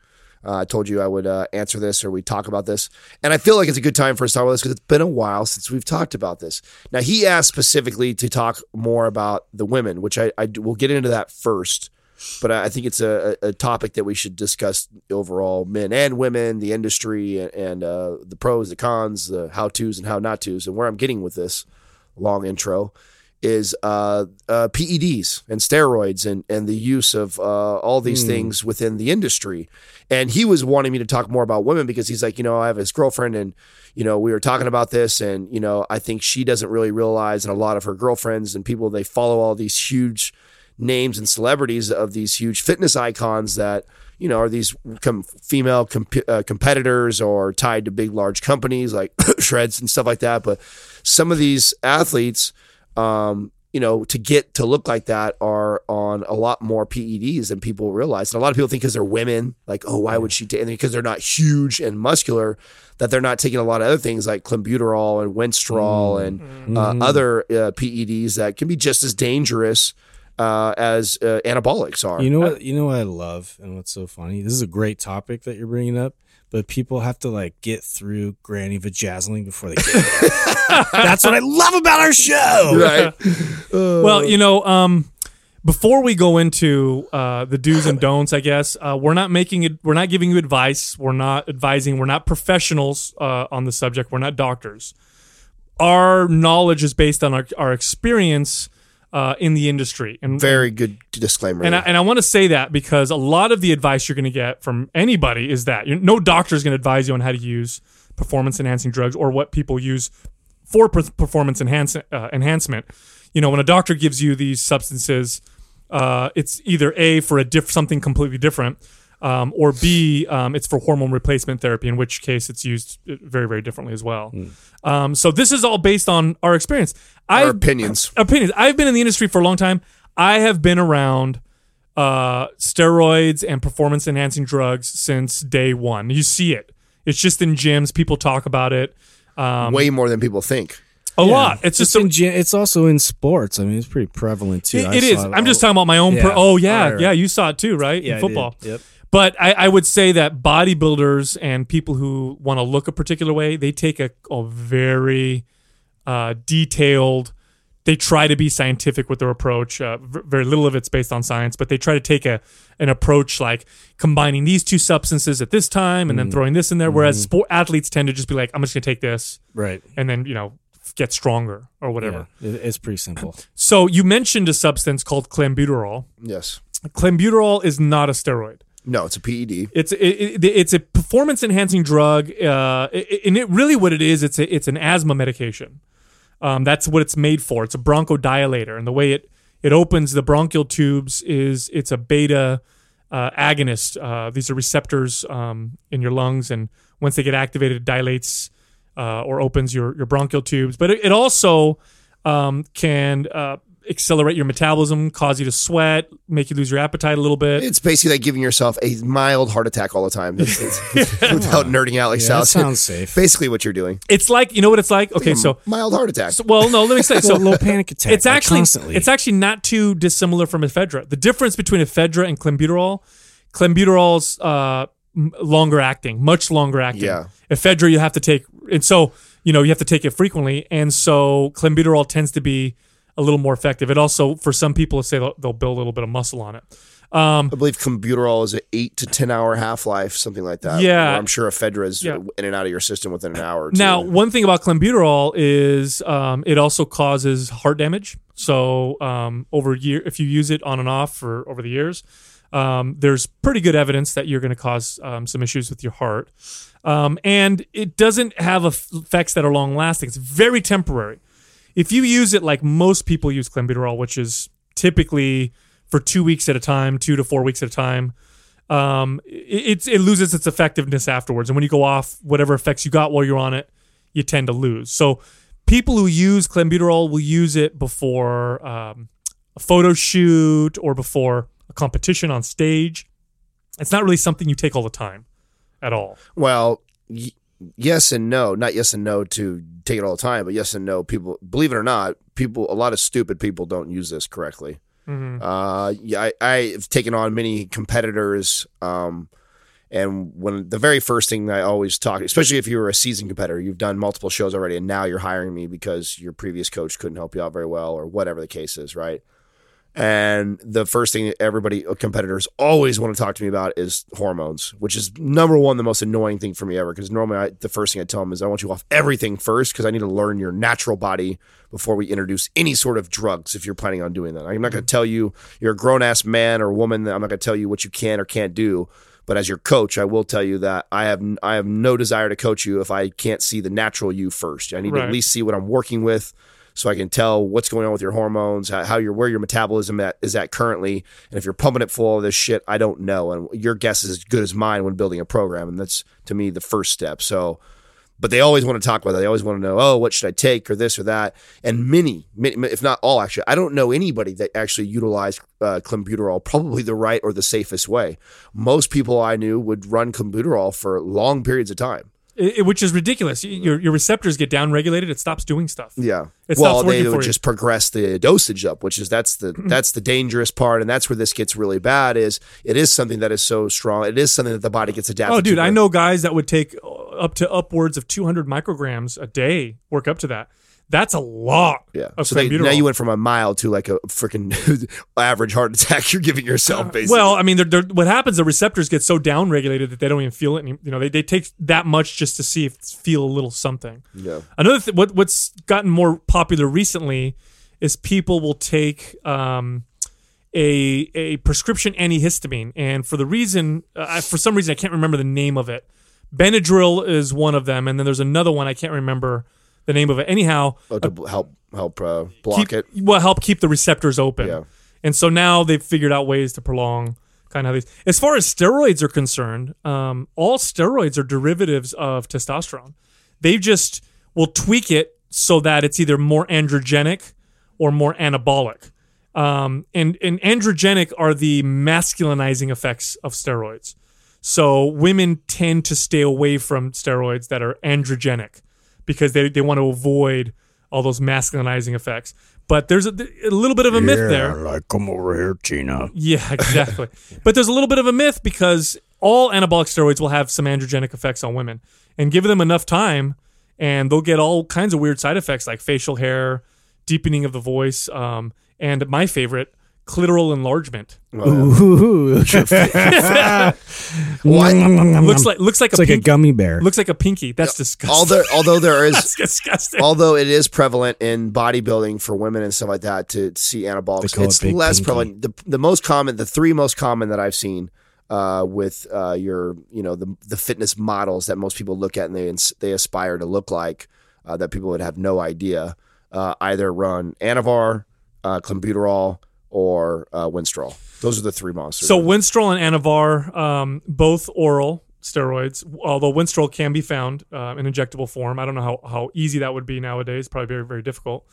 Speaker 2: Uh, I told you I would uh, answer this or we talk about this. And I feel like it's a good time for us to talk about this because it's been a while since we've talked about this. Now, he asked specifically to talk more about the women, which I, I will get into that first. But I I think it's a, a a topic that we should discuss overall men and women, the industry, and, and uh, the pros, the cons, the how to's and how not to's. And where I'm getting with this long intro is uh, uh, PEDs and steroids and, and the use of uh, all these things within the industry. And he was wanting me to talk more about women because he's like, you know, I have his girlfriend and, you know, we were talking about this and, you know, I think she doesn't really realize and a lot of her girlfriends and people, they follow all these huge names and celebrities of these huge fitness icons that, you know, are these com- female comp- uh, competitors or tied to big, large companies like Shreds and stuff like that. But some of these athletes, um, you know, to get to look like that are on a lot more PEDs than people realize. And a lot of people think because they're women, like, oh, why would she take? And because they're not huge and muscular, that they're not taking a lot of other things like clenbuterol and Winstrol and
Speaker 4: Mm-hmm.
Speaker 2: uh, other uh, PEDs that can be just as dangerous uh, as uh, anabolics are.
Speaker 4: You know what? You know what I love, and what's so funny. This is a great topic that you're bringing up, but people have to like get through Granny vajazzling before they get. there. That's what I love about our show.
Speaker 2: right?
Speaker 3: Well, you know, um, before we go into uh, the do's and don'ts, I guess uh, we're not making it. We're not giving you advice. We're not advising. We're not professionals uh, on the subject. We're not doctors. Our knowledge is based on our, our experience uh, in the industry, and
Speaker 2: Very good disclaimer.
Speaker 3: and I, and I want to say that because a lot of the advice you're going to get from anybody is that you're, no doctor is going to advise you on how to use performance enhancing drugs or what people use for per- performance enhance, uh, enhancement. You know, when a doctor gives you these substances, uh, it's either A, for a diff- something completely different, um, or B, um, it's for hormone replacement therapy, in which case it's used uh, very, very differently as well. Um, so this is all based on our experience.
Speaker 2: Our
Speaker 3: I've,
Speaker 2: opinions.
Speaker 3: opinions. I've been in the industry for a long time. I have been around uh, steroids and performance enhancing drugs since day one. You see it. It's just in gyms. People talk about it um,
Speaker 2: way more than people think.
Speaker 3: a lot. It's just
Speaker 4: in
Speaker 3: a,
Speaker 4: gen- it's also in sports. I mean, it's pretty prevalent too. I
Speaker 3: it is.
Speaker 4: saw it
Speaker 3: I'm just
Speaker 4: all-
Speaker 3: talking about my own. Per-
Speaker 4: Yeah.
Speaker 3: oh yeah,
Speaker 4: All right, right.
Speaker 3: yeah. You saw it too, right?
Speaker 4: Yeah, I
Speaker 3: in
Speaker 4: did.
Speaker 3: football.
Speaker 4: Yep.
Speaker 3: But I, I would say that bodybuilders and people who want to look a particular way, they take a, a very uh, detailed. They try to be scientific with their approach. Uh, v- very little of it's based on science, but they try to take a an approach like combining these two substances at this time
Speaker 4: Mm.
Speaker 3: and then throwing this in there. Whereas
Speaker 4: Mm-hmm.
Speaker 3: sport athletes tend to just be like, "I'm just gonna take this
Speaker 4: right.
Speaker 3: and then you know get stronger or whatever."
Speaker 4: Yeah, it- it's pretty simple.
Speaker 3: So you mentioned a substance called clenbuterol.
Speaker 2: Yes.
Speaker 3: Clenbuterol is not a steroid.
Speaker 2: No, it's a E PED.
Speaker 3: It's it, it, it's a performance enhancing drug, uh, i- i- and it really what it is. It's a, it's an asthma medication. Um, that's what it's made for. It's a bronchodilator, and the way it it opens the bronchial tubes is it's a beta uh, agonist. Uh, these are receptors um, in your lungs, and once they get activated, it dilates uh, or opens your your bronchial tubes. But it, it also um, can uh, accelerate your metabolism, cause you to sweat, make you lose your appetite a little bit.
Speaker 2: It's basically like giving yourself a mild heart attack all the time That's- that's- without nerding out like
Speaker 4: Yeah,
Speaker 2: Sal.
Speaker 4: that sounds safe.
Speaker 2: Basically, what you're doing.
Speaker 3: It's like you know what it's like. Okay, so
Speaker 2: mild heart attack.
Speaker 3: So- well, no, let me say.
Speaker 4: So
Speaker 3: So
Speaker 4: a little panic attack.
Speaker 3: it's
Speaker 4: Hmm. like,
Speaker 3: actually
Speaker 4: constantly.
Speaker 3: it's actually not too dissimilar from ephedra. The difference between ephedra and clenbuterol, clenbuterol's uh, m- longer acting, much longer acting.
Speaker 2: Yeah.
Speaker 3: Ephedra you have to take, and so you know you have to take it frequently, and so clenbuterol tends to be a little more effective. It also for some people say they'll, they'll build a little bit of muscle on it.
Speaker 2: I believe combuterol is an eight to ten hour half life, something like that.
Speaker 3: Yeah.
Speaker 2: Where I'm sure ephedra is
Speaker 3: Yeah.
Speaker 2: in and out of your system within an hour. Or two.
Speaker 3: Now, one thing about clenbuterol is um, it also causes heart damage. So um, over a year, if you use it on and off for over the years, um, there's pretty good evidence that you're going to cause um, some issues with your heart. Um, and it doesn't have eff- effects that are long lasting. It's very temporary. If you use it like most people use clenbuterol, which is typically for two weeks at a time, two to four weeks at a time, um, it, it's it loses its effectiveness afterwards. And when you go off, whatever effects you got while you're on it, you tend to lose. So people who use clenbuterol will use it before um, a photo shoot or before a competition on stage. It's not really something you take all the time at all.
Speaker 2: well, y- yes and no. Not yes and no to take it all the time, but yes and no. People, believe it or not, people, a lot of stupid people don't use this correctly. Uh, yeah, I, I've taken on many competitors. Um, and when the very first thing I always talk, especially if you were a seasoned competitor, you've done multiple shows already, and now you're hiring me because your previous coach couldn't help you out very well, or whatever the case is, right? And the first thing that everybody competitors always want to talk to me about is hormones, which is number one, the most annoying thing for me ever. Because normally, I, the first thing I tell them is I want you off everything first because I need to learn your natural body before we introduce any sort of drugs. If you're planning on doing that, I'm not going to tell you you're a grown ass man or woman. I'm not going to tell you what you can or can't do. But as your coach, I will tell you that I have I have no desire to coach you if I can't see the natural you first. I need to
Speaker 3: Right.
Speaker 2: at least see what I'm working with so I can tell what's going on with your hormones, how, how your where your metabolism at, is at currently, and if you're pumping it full of this shit, I don't know. And your guess is as good as mine when building a program, and that's to me the first step. So but they always want to talk about that. They always want to know, oh, what should I take or this or that. And many, many if not all, actually, I don't know anybody that actually utilized uh, clenbuterol probably the right or the safest way. Most people I knew would run clenbuterol for long periods of time.
Speaker 3: It- it- which is ridiculous. Y- Your your receptors get downregulated. It stops doing stuff.
Speaker 2: Yeah.
Speaker 3: It
Speaker 2: well,
Speaker 3: stops
Speaker 2: they
Speaker 3: working for
Speaker 2: would
Speaker 3: you. Mm-hmm.
Speaker 2: just progress the dosage up, which is that's the that's the dangerous part, and that's where this gets really bad. Is it is something that is so strong. It is something that the body gets adapted.
Speaker 3: Oh, dude,
Speaker 2: to
Speaker 3: I
Speaker 2: with-
Speaker 3: know guys that would take uh, up to upwards of 200 micrograms a day. Work up to that. That's a lot.
Speaker 2: Yeah.
Speaker 3: Of
Speaker 2: So they, now
Speaker 3: clenbuterol.
Speaker 2: you went from a mild to like a freaking average heart attack you're giving yourself, basically.
Speaker 3: Uh, Well, I mean, they're, they're, what happens? The receptors get so downregulated that they don't even feel it. Any, you know, they, they take that much just to see if feel a little something.
Speaker 2: Yeah.
Speaker 3: Another th- what what's gotten more popular recently is people will take um, a a prescription antihistamine, and for the reason uh, I- for some reason I can't remember the name of it. Benadryl is one of them, and then there's another one I can't remember the name of it. Anyhow,
Speaker 2: Oh, to b- help help uh, block
Speaker 3: keep,
Speaker 2: it.
Speaker 3: Well, help keep the receptors open.
Speaker 2: Yeah.
Speaker 3: And so now they've figured out ways to prolong kind of how these. As far as steroids are concerned, um, all steroids are derivatives of testosterone. They just will tweak it so that it's either more androgenic or more anabolic. Um, and, and androgenic are the masculinizing effects of steroids. So women tend to stay away from steroids that are androgenic because they, they want to avoid all those masculinizing effects. But there's a, a little bit of a myth there.
Speaker 4: Like, come over here, Tina.
Speaker 3: Yeah, exactly. but there's a little bit of a myth because all anabolic steroids will have some androgenic effects on women. And give them enough time, and they'll get all kinds of weird side effects like facial hair, deepening of the voice, um, and my favorite, clitoral enlargement.
Speaker 4: Ooh, look at that.
Speaker 3: Looks like looks like
Speaker 4: Mm, um, it's
Speaker 3: a
Speaker 4: like a
Speaker 3: pinky,
Speaker 4: gummy bear.
Speaker 3: looks like a pinky. That's disgusting.
Speaker 2: Although although there is
Speaker 3: That's disgusting.
Speaker 2: although it is prevalent in bodybuilding for women and stuff like that to see anabolics,
Speaker 4: call it
Speaker 2: it's
Speaker 4: big
Speaker 2: less
Speaker 4: pinky.
Speaker 2: prevalent. The, the most common, the three most common that I've seen uh, with uh, your you know the the fitness models that most people look at and they ins- they aspire to look like uh, that people would have no idea uh, either run Anavar, uh, Clenbuterol, or uh, Winstrol. Those are the three monsters.
Speaker 3: So Winstrol and Anavar, um, both oral steroids, although Winstrol can be found uh, in injectable form. I don't know how, how easy that would be nowadays. Probably very, very difficult.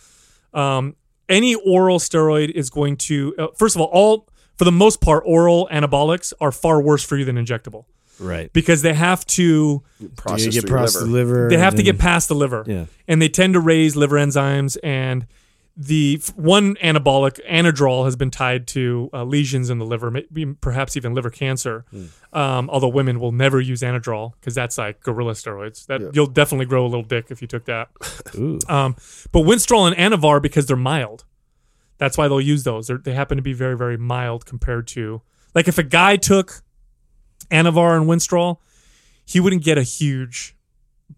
Speaker 3: Um, any oral steroid is going to, uh, first of all, all for the most part, oral anabolics are far worse for you than injectable
Speaker 4: right.
Speaker 3: because they have to
Speaker 2: process
Speaker 4: you get
Speaker 2: through your
Speaker 4: past the
Speaker 2: liver.
Speaker 4: liver.
Speaker 3: they have
Speaker 4: and
Speaker 3: to get
Speaker 4: then-
Speaker 3: past the liver
Speaker 4: Yeah.
Speaker 3: and they tend to raise liver enzymes and the f- one anabolic anadrol has been tied to uh, lesions in the liver maybe perhaps even liver cancer
Speaker 4: Hmm.
Speaker 3: um, although women will never use anadrol because that's like gorilla steroids that you'll definitely grow a little dick if you took that
Speaker 4: Ooh.
Speaker 3: um, but winstrol and anavar because they're mild that's why they'll use those They're, they happen to be very very mild compared to like if a guy took anavar and winstrol he wouldn't get a huge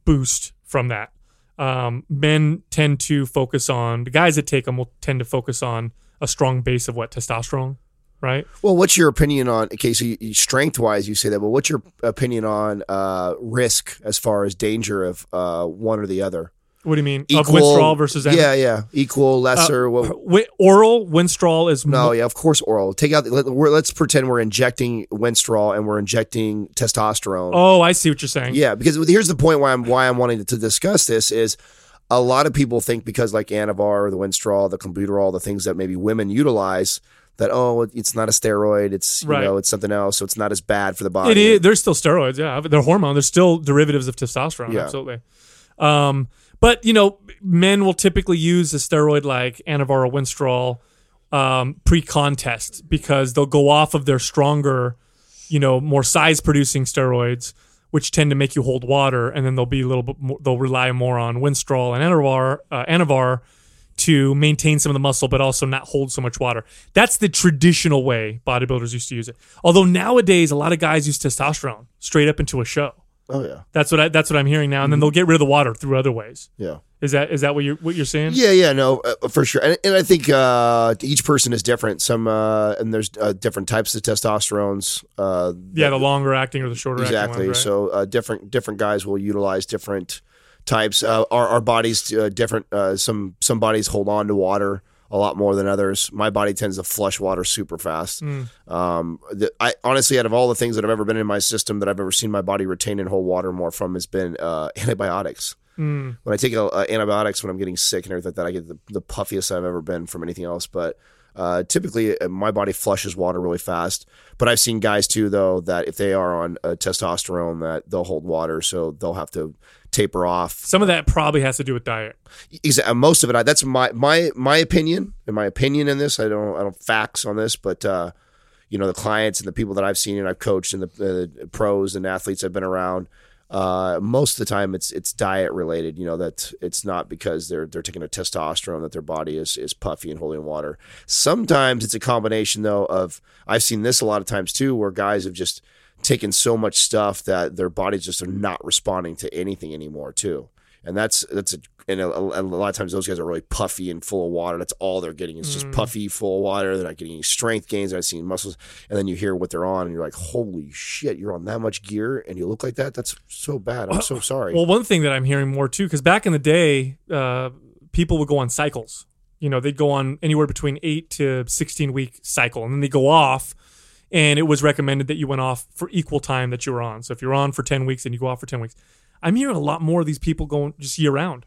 Speaker 3: boost from that. Um, men tend to focus on the guys that take them will tend to focus on a strong base of what testosterone, right?
Speaker 2: Well, what's your opinion on? Okay, so you, strength wise, you say that, but what's your opinion on uh, risk as far as danger of uh, one or the other?
Speaker 3: What do you mean? of Winstrol versus Uh, Ana-
Speaker 2: yeah, yeah, equal, lesser. what,
Speaker 3: Wi- oral Winstrol is
Speaker 2: no,
Speaker 3: mo-
Speaker 2: yeah, of course, oral. Take out. Let, we're, let's pretend we're injecting Winstrol and we're injecting testosterone.
Speaker 3: Oh, I see what you're saying.
Speaker 2: Yeah, because here's the point why I'm why I'm wanting to discuss this is a lot of people think because like Anavar, the Winstrol, the Clenbuterol, the things that maybe women utilize that oh it's not a steroid, it's you
Speaker 3: Right.
Speaker 2: know it's something else, so it's not as bad for the body.
Speaker 3: It is. They're still steroids. Yeah, they're hormone. They're still derivatives of testosterone.
Speaker 2: Yeah.
Speaker 3: Absolutely. Um, but you know, men will typically use a steroid like Anavar or Winstrol um, pre-contest because they'll go off of their stronger, you know, more size-producing steroids, which tend to make you hold water, and then they'll be a little bit. More, they'll rely more on Winstrol and Anavar. Uh, Anavar to maintain some of the muscle but also not hold so much water. That's the traditional way bodybuilders used to use it. Although nowadays a lot of guys use testosterone straight up into a show.
Speaker 2: Oh yeah,
Speaker 3: That's what I that's what I'm hearing now
Speaker 2: Mm-hmm.
Speaker 3: and then they'll get rid of the water through other ways.
Speaker 2: yeah.
Speaker 3: Is that is that what you're what you're saying?
Speaker 2: Yeah, yeah, no, uh, for sure. And, and I think uh, each person is different. Some uh, and there's uh, different types of testosterones. Uh,
Speaker 3: Yeah, the longer acting or the shorter
Speaker 2: exactly.
Speaker 3: acting ones, right?
Speaker 2: So uh, different different guys will utilize different types. Uh, our our bodies uh, different. Uh, some some bodies hold on to water. a lot more than others. My body tends to flush water super fast.
Speaker 3: Hmm.
Speaker 2: Um, the, I honestly, out of all the things that have ever been in my system that I've ever seen my body retain and hold water more from has been uh, antibiotics. When I take uh, antibiotics when I'm getting sick and everything like that, I get the, the puffiest I've ever been from anything else. But uh, typically, uh, my body flushes water really fast. But I've seen guys too, though, that if they are on uh, testosterone, that they'll hold water, so they'll have to taper off
Speaker 3: Some of that probably has to do with diet.
Speaker 2: exactly uh, most of it I, that's my my my opinion and my opinion in this i don't i don't facts on this but uh you know the clients and the people that i've seen and i've coached and the uh, pros and athletes i've been around uh most of the time it's it's diet related you know that it's not because they're they're taking a testosterone that their body is is puffy and holding water sometimes it's a combination though of i've seen this a lot of times too where guys have just taken so much stuff that their bodies just are not responding to anything anymore too and that's that's a, and a, a lot of times those guys are really puffy and full of water. That's all they're getting is just puffy, full of water. They're not getting any strength gains. I've seen muscles, and then you hear what they're on, and you're like, "Holy shit, you're on that much gear, and you look like that. That's so bad. I'm so sorry."
Speaker 3: Well, one thing that I'm hearing more too, because back in the day, uh, people would go on cycles. You know, they'd go on anywhere between eight to sixteen week cycle, and then they go off. And it was recommended that you went off for equal time that you were on. So if you're on for ten weeks and you go off for ten weeks, I'm hearing a lot more of these people going just year round.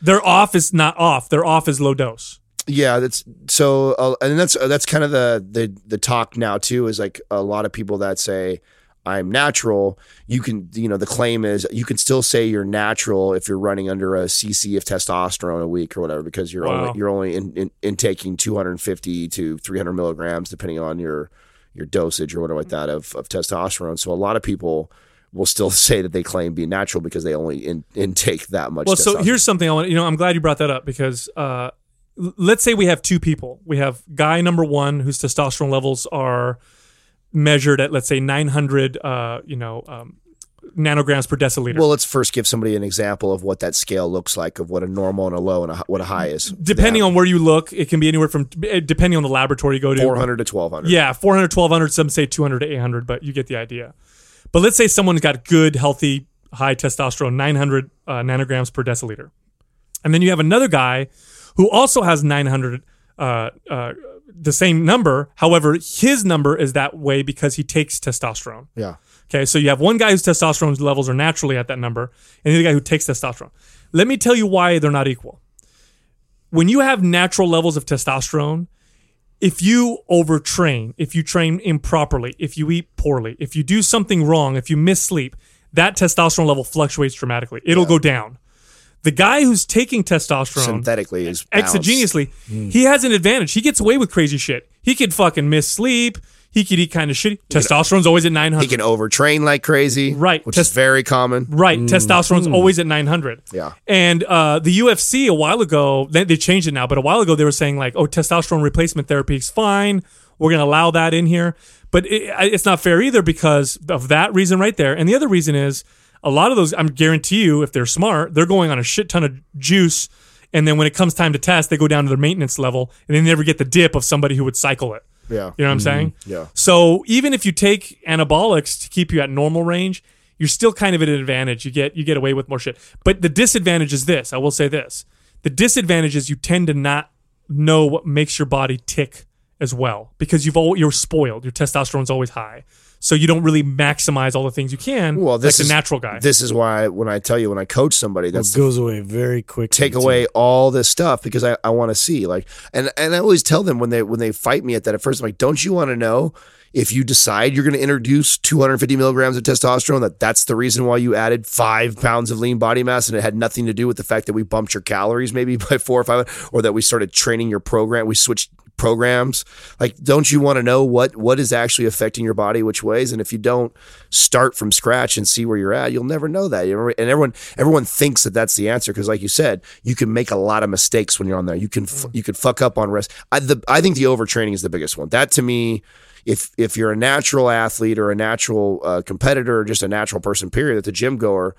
Speaker 3: Their off is not off. Their off is low dose.
Speaker 2: yeah, that's so, uh, and that's uh, that's kind of the the the talk now too. Is like a lot of people that say. I'm natural. You can, you know, the claim is you can still say you're natural if you're running under a cc of testosterone a week or whatever because you're
Speaker 3: Wow.
Speaker 2: only you're only in, in, intaking 250 to 300 milligrams depending on your your dosage or whatever like that of, of testosterone. So a lot of people will still say that they claim being natural because they only in, intake that much.
Speaker 3: Well, so
Speaker 2: testosterone.
Speaker 3: here's something I want. You know, I'm glad you brought that up because uh, l- let's say we have two people. We have guy number one whose testosterone levels are measured at let's say 900, uh, you know, um, nanograms per deciliter.
Speaker 2: Well, let's first give somebody an example of what that scale looks like of what a normal and a low and a, hi- what a high is.
Speaker 3: depending on where you look, it can be anywhere from eh, depending on the laboratory you go to.
Speaker 2: 400 to 1200.
Speaker 3: Yeah, 400, 1200, some say 200 to 800, but you get the idea. But let's say someone's got good, healthy, high testosterone, 900 uh, nanograms per deciliter. And then you have another guy who also has 900, uh, uh, the same number. However, his number is that way because he takes testosterone.
Speaker 2: Yeah.
Speaker 3: Okay, so you have one guy whose testosterone levels are naturally at that number, and the other guy who takes testosterone. Let me tell you why they're not equal. When you have natural levels of testosterone, if you overtrain, if you train improperly, if you eat poorly, if you do something wrong, if you missleep, that testosterone level fluctuates dramatically. It'll go down. The guy who's taking testosterone
Speaker 2: Synthetically is balanced.
Speaker 3: exogeneously, he has an advantage. He gets away with crazy shit. He could fucking miss sleep. He could eat kind of shitty. Testosterone's always at 900.
Speaker 2: He can overtrain like crazy.
Speaker 3: Right.
Speaker 2: Which
Speaker 3: Just-
Speaker 2: is very common.
Speaker 3: Right, testosterone's always at 900.
Speaker 2: Yeah.
Speaker 3: And uh, the UFC a while ago, they, they changed it now, but a while ago they were saying like, oh, testosterone replacement therapy is fine. We're going to allow that in here. But it, I- it's not fair either because of that reason right there. And the other reason is a lot of those, I'm guarantee you, if they're smart, they're going on a shit ton of juice. And then when it comes time to test, they go down to their maintenance level and they never get the dip of somebody who would cycle it.
Speaker 2: Yeah.
Speaker 3: You know what I'm saying?
Speaker 2: Mm-hmm. Yeah.
Speaker 3: So even if you take anabolics to keep you at normal range, you're still kind of at an advantage. You get you get away with more shit. But the disadvantage is this. I will say this. The disadvantage is you tend to not know what makes your body tick as well because you've all you're spoiled. Your testosterone's always high. So you don't really maximize all the things you can.
Speaker 2: Well, this
Speaker 3: like
Speaker 2: is
Speaker 3: the natural guy. Mm.
Speaker 2: This is why when I tell you when I coach somebody, that's
Speaker 4: It goes away very quickly.
Speaker 2: take
Speaker 4: too.
Speaker 2: away all this stuff because I, I want to see like and and I always tell them when they when they fight me at that at first I'm like don't you want to know if you decide you're going to introduce 250 milligrams of testosterone that that's the reason why you added five pounds of lean body mass and it had nothing to do with the fact that we bumped your calories maybe by four or five or that we started training your program we switched programs like don't you want to know what what is actually affecting your body which ways and if you don't start from scratch and see where you're at you'll never know that You know, and everyone everyone thinks that that's the answer because like you said you can make a lot of mistakes when you're on there you can f- you could fuck up on rest I, the, I think the overtraining is the biggest one that to me if if you're a natural athlete or a natural uh, competitor or just a natural person period that's a gym goer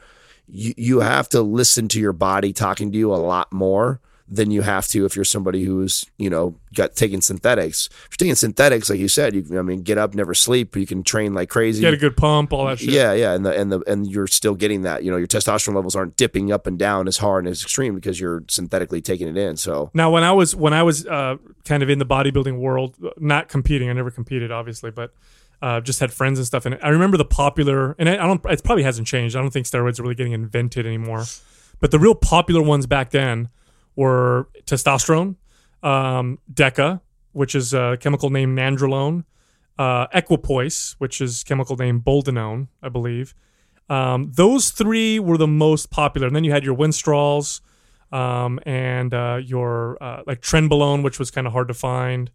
Speaker 2: you, you have to listen to your body talking to you a lot more than you have to if you're somebody who's you know got taking synthetics. If you're taking synthetics, like you said, you I mean, get up, never sleep. You can train like crazy.
Speaker 3: Get a good pump, all that shit.
Speaker 2: Yeah, yeah, and the and the and you're still getting that. You know, your testosterone levels aren't dipping up and down as hard and as extreme because you're synthetically taking it in. So
Speaker 3: Now, when I was when I was uh, kind of in the bodybuilding world, not competing, I never competed, obviously, but uh, just had friends and stuff. And I remember the popular, and I, I don't, it probably hasn't changed. I don't think steroids are really getting invented anymore. But the real popular ones back then were testosterone, um, DECA, which is a chemical name nandrolone, uh, equipoise, which is chemical name boldenone, I believe. Um, those three were the most popular. And then you had your Winstrol's um, and uh, your uh, like trenbolone, which was kind of hard to find.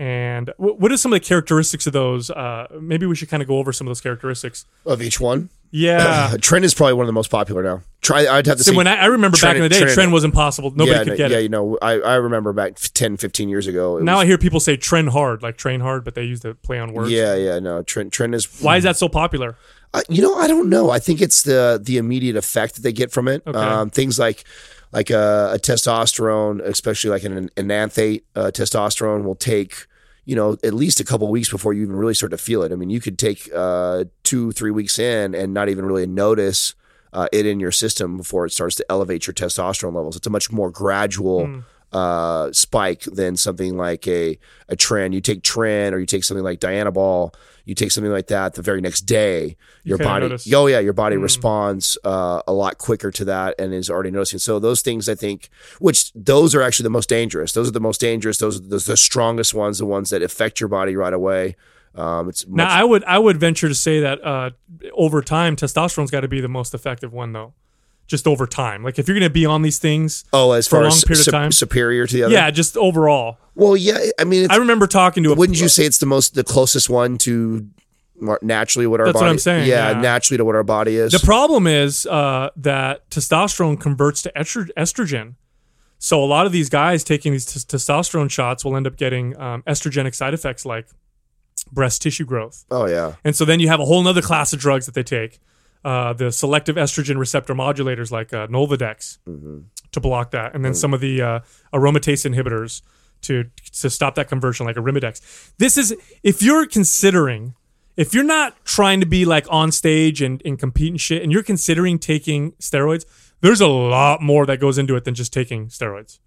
Speaker 3: And w- what are some of the characteristics of those? Uh, maybe we should kind of go over some of those characteristics.
Speaker 2: of each one,
Speaker 3: Yeah.
Speaker 2: Trend is probably one of the most popular now. Try I'd have to
Speaker 3: so
Speaker 2: say
Speaker 3: when I, I remember
Speaker 2: Tren-
Speaker 3: back in the day,
Speaker 2: Tren-
Speaker 3: trend was impossible. Nobody
Speaker 2: yeah,
Speaker 3: could
Speaker 2: no,
Speaker 3: get
Speaker 2: yeah,
Speaker 3: it.
Speaker 2: you know, I, I remember back 10, 15 years ago. it
Speaker 3: now
Speaker 2: was-
Speaker 3: I hear people say trend hard, like train hard, but they use the play on words.
Speaker 2: yeah, yeah, no, Trend Trend is
Speaker 3: Why is that so popular?
Speaker 2: I- you know, I don't know. I think it's the the immediate effect that they get from it.
Speaker 3: Okay.
Speaker 2: Um, things like like a, a testosterone, especially like an enanthate uh, testosterone, will take you know at least a couple weeks before you even really start to feel it. I mean, you could take uh, two three weeks in and not even really notice. Uh, it in your system before it starts to elevate your testosterone levels. It's a much more gradual
Speaker 3: Hmm.
Speaker 2: uh, spike than something like a a trend. You take trend or you take something like Diana Ball, you take something like that the very next day, your
Speaker 3: kinda
Speaker 2: body
Speaker 3: notice.
Speaker 2: oh yeah your body
Speaker 3: Hmm.
Speaker 2: responds uh, a lot quicker to that and is already noticing so those things i think which those are actually the most dangerous those are the most dangerous those are the, the strongest ones the ones that affect your body right away um, it's
Speaker 3: Now
Speaker 2: much-
Speaker 3: I would I would venture to say that uh, over time, testosterone's got to be the most effective one though. Just over time, like if you're going to be on these things,
Speaker 2: oh as
Speaker 3: for a
Speaker 2: far
Speaker 3: long
Speaker 2: as
Speaker 3: period of
Speaker 2: sup-
Speaker 3: time?
Speaker 2: superior to the other
Speaker 3: yeah, just overall.
Speaker 2: well yeah i mean it's,
Speaker 3: I remember talking to a
Speaker 2: wouldn't you say it's the most the closest one to mar- naturally what our
Speaker 3: That's what
Speaker 2: body
Speaker 3: I'm saying, yeah.
Speaker 2: naturally to what our body is
Speaker 3: The problem is uh, that testosterone converts to estro- estrogen. So a lot of these guys taking these t- testosterone shots will end up getting um, estrogenic side effects like breast tissue growth.
Speaker 2: oh yeah
Speaker 3: And so then you have a whole other class of drugs that they take, uh, the selective estrogen receptor modulators like uh, Nolvadex
Speaker 2: Mm-hmm.
Speaker 3: to block that,
Speaker 2: Mm.
Speaker 3: and then some of the uh, aromatase inhibitors to to stop that conversion, like Arimidex. This is if you're considering, if you're not trying to be like on stage and and compete and shit, and you're considering taking steroids, there's a lot more that goes into it than just taking steroids.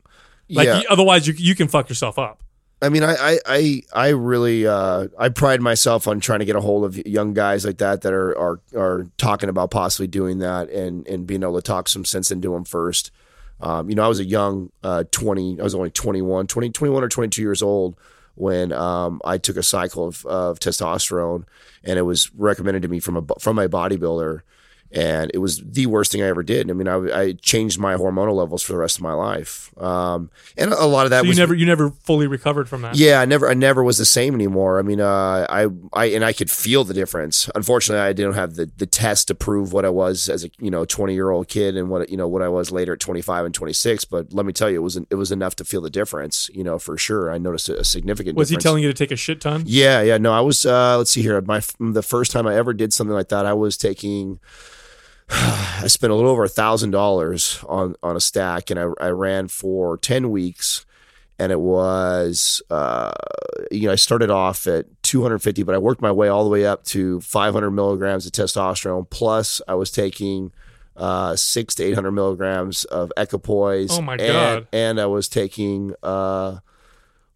Speaker 3: Like
Speaker 2: yeah.
Speaker 3: y- otherwise, you you can fuck yourself up.
Speaker 2: I mean, I, I, I, I really, uh, I pride myself on trying to get a hold of young guys like that that are, are, are talking about possibly doing that and, and being able to talk some sense into them first. Um, you know, I was a young, uh, 20, I was only 21, 20, 21 or 22 years old when, um, I took a cycle of, of testosterone and it was recommended to me from a, bo- from a bodybuilder. And it was the worst thing I ever did. I mean, I, I changed my hormonal levels for the rest of my life. Um, and a lot of that
Speaker 3: So you
Speaker 2: was
Speaker 3: never you never fully recovered from that.
Speaker 2: yeah, I never, I never was the same anymore. I mean, uh, I, I, and I could feel the difference. Unfortunately, I didn't have the, the test to prove what I was as a you know twenty year old kid and what you know what I was later at twenty five and twenty six. But let me tell you, it was it was enough to feel the difference. You know, for sure, I noticed a, a significant.
Speaker 3: Was he
Speaker 2: difference.
Speaker 3: telling you to take a shit ton?
Speaker 2: Yeah, yeah. No, I was. Uh, let's see here. My f- the first time I ever did something like that, I was taking. I spent a little over a thousand dollars on on a stack, and I I ran for ten weeks, and it was uh, you know I started off at two hundred fifty, but I worked my way all the way up to five hundred milligrams of testosterone. Plus, I was taking. Uh, six to eight hundred milligrams of equipoise.
Speaker 3: Oh my
Speaker 2: and-
Speaker 3: God.
Speaker 2: And I was taking uh,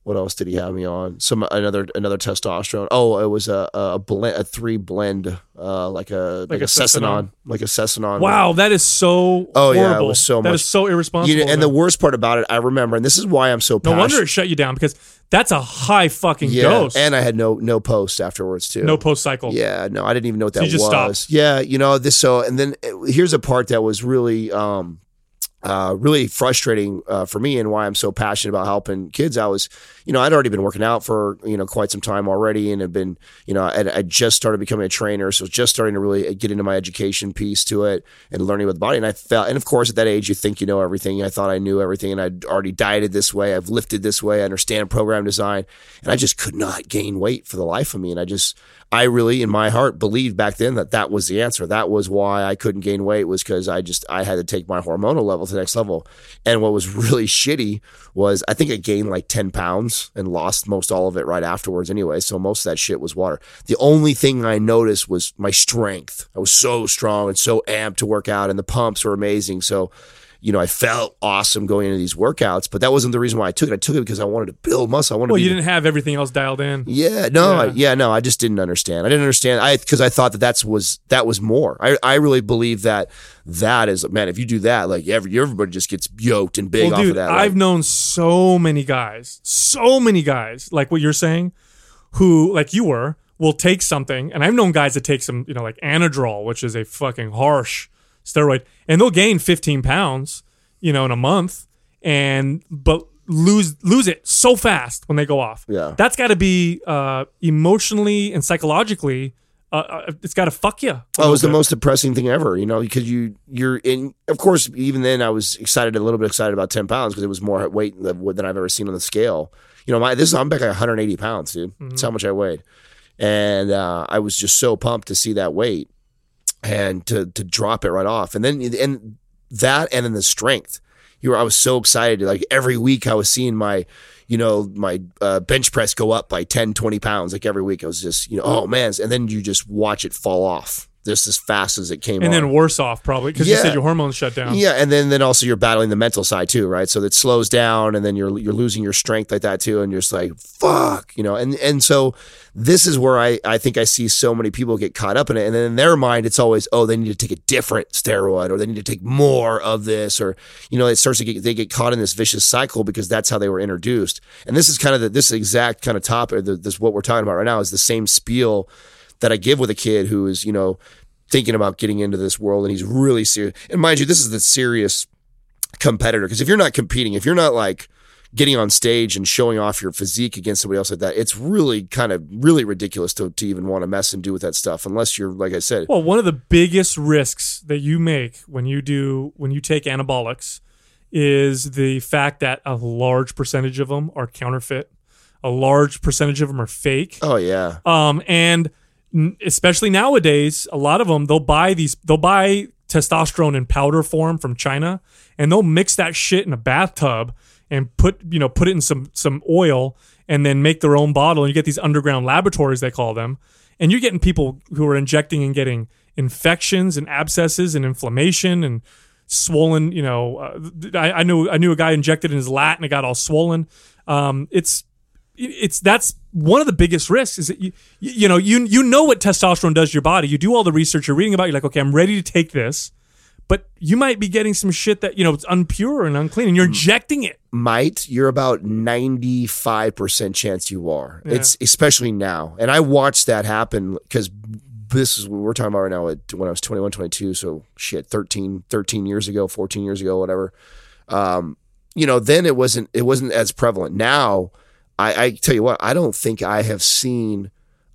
Speaker 2: what else did he have me on? Some another another testosterone. Oh, it was a a blend, a three blend, uh, like a like,
Speaker 3: a
Speaker 2: a
Speaker 3: Cessinon.
Speaker 2: Cessinon, like a Cessinon.
Speaker 3: Wow, that is so.
Speaker 2: Oh, yeah, it
Speaker 3: horrible.
Speaker 2: was so
Speaker 3: That
Speaker 2: much-
Speaker 3: is so irresponsible.
Speaker 2: You know, and the
Speaker 3: then.
Speaker 2: worst part about it, I remember, and this is why I'm so
Speaker 3: no
Speaker 2: passionate.
Speaker 3: wonder it shut you down because that's a high fucking
Speaker 2: yeah,
Speaker 3: dose.
Speaker 2: and I had no no post afterwards too.
Speaker 3: no post cycle.
Speaker 2: Yeah, no, I didn't even know what
Speaker 3: So
Speaker 2: that
Speaker 3: you just
Speaker 2: was.
Speaker 3: stopped.
Speaker 2: Yeah, you know this. So, and then uh, here's a part that was really, um, uh, really frustrating uh, for me, and why I'm so passionate about helping kids. I was, you know, I'd already been working out for you know quite some time already, and had been, you know, I, I just started becoming a trainer, so just starting to really uh, get into my education piece to it and learning with the body. And I felt, and of course, at that age, you think you know everything. I thought I knew everything, and I'd already dieted this way, I've lifted this way, I understand program design, and I just could not gain weight for the life of me, and I just I really, in my heart, believed back then that that was the answer. That was why I couldn't gain weight was because I just I had to take my hormonal level to the next level. And what was really shitty was I think I gained like ten pounds and lost most all of it right afterwards anyway. So most of that shit was water. The only thing I noticed was my strength. I was so strong and so amped to work out, and the pumps were amazing. So you know, I felt awesome going into these workouts, but that wasn't the reason why I took it. I took it because I wanted to build muscle. I wanted
Speaker 3: Well,
Speaker 2: to be
Speaker 3: you didn't have everything else dialed in.
Speaker 2: yeah, no,
Speaker 3: Yeah.
Speaker 2: I- yeah. no. I just didn't understand. I didn't understand. I because I thought that that's was that was more. I, I really believe that that is man. If you do that, like every everybody just gets yoked and big
Speaker 3: well,
Speaker 2: off
Speaker 3: dude,
Speaker 2: of that.
Speaker 3: I've
Speaker 2: like,
Speaker 3: known so many guys, so many guys, like what you're saying, who, like you were, will take something, and I've known guys that take some, you know, like Anadrol, which is a fucking harsh steroid, and they'll gain 15 pounds, you know, in a month, and but lose lose it so fast when they go off.
Speaker 2: Yeah.
Speaker 3: that's got to be uh, emotionally and psychologically. Uh, Uh, it's got to fuck you.
Speaker 2: Oh, it was the most depressing thing ever, you know, because you you're in. Of course, even then, I was excited a little bit excited about ten pounds because it was more weight than than I've ever seen on the scale. You know, my this I'm back at 180 pounds, dude. That's
Speaker 3: Mm-hmm.
Speaker 2: how much I weighed, and uh, I was just so pumped to see that weight and to to drop it right off, and then and that and then the strength. You were, I was so excited. Like every week, I was seeing my, you know, my uh, bench press go up by 10, 20 pounds. Like every week, I was just, you know, oh man. And then you just watch it fall off just as fast as it came
Speaker 3: and
Speaker 2: on.
Speaker 3: then worse off probably because you
Speaker 2: Yeah.
Speaker 3: said your hormones shut down.
Speaker 2: Yeah, and then then also you're battling the mental side too, right? So that slows down, and then you're you're losing your strength like that too, and you're just like fuck, you know. And and so this is where I I think I see so many people get caught up in it, and then in their mind it's always oh they need to take a different steroid or they need to take more of this or you know it starts to get they get caught in this vicious cycle because that's how they were introduced. And this is kind of the, this exact kind of topic. the- This what we're talking about right now is the same spiel that I give with a kid who is, you know, thinking about getting into this world and he's really serious. And mind you, this is the serious competitor because if you're not competing, if you're not like getting on stage and showing off your physique against somebody else like that, it's really kind of really ridiculous to, to even want to mess and do with that stuff unless you're, like I said,
Speaker 3: Well, one of the biggest risks that you make when you do when you take anabolics is the fact that a large percentage of them are counterfeit. A large percentage of them are fake.
Speaker 2: oh yeah,
Speaker 3: Um, and n- especially nowadays, a lot of them they'll buy these they'll buy testosterone in powder form from China, and they'll mix that shit in a bathtub and put you know put it in some some oil and then make their own bottle. And you get these underground laboratories they call them, and you're getting people who are injecting and getting infections and abscesses and inflammation and swollen. You know, uh, th- I, I knew I knew a guy injected in his lat and it got all swollen. Um, it's it's that's one of the biggest risks is that you you you know you you know what testosterone does to your body. You do all the research you're reading about. You're like, okay, I'm ready to take this, but you might be getting some shit that you know it's unpure and unclean,
Speaker 2: Mm.
Speaker 3: and you're injecting it.
Speaker 2: might, you're about 95% chance you are. It's especially now. And I watched that happen because this is what we're talking about right now at- when I was 21, 22. So shit, 13, 13 years ago, 14 years ago, whatever. Um, you know, then it wasn't, it wasn't as prevalent. Now I, I tell you what, I don't think I have seen,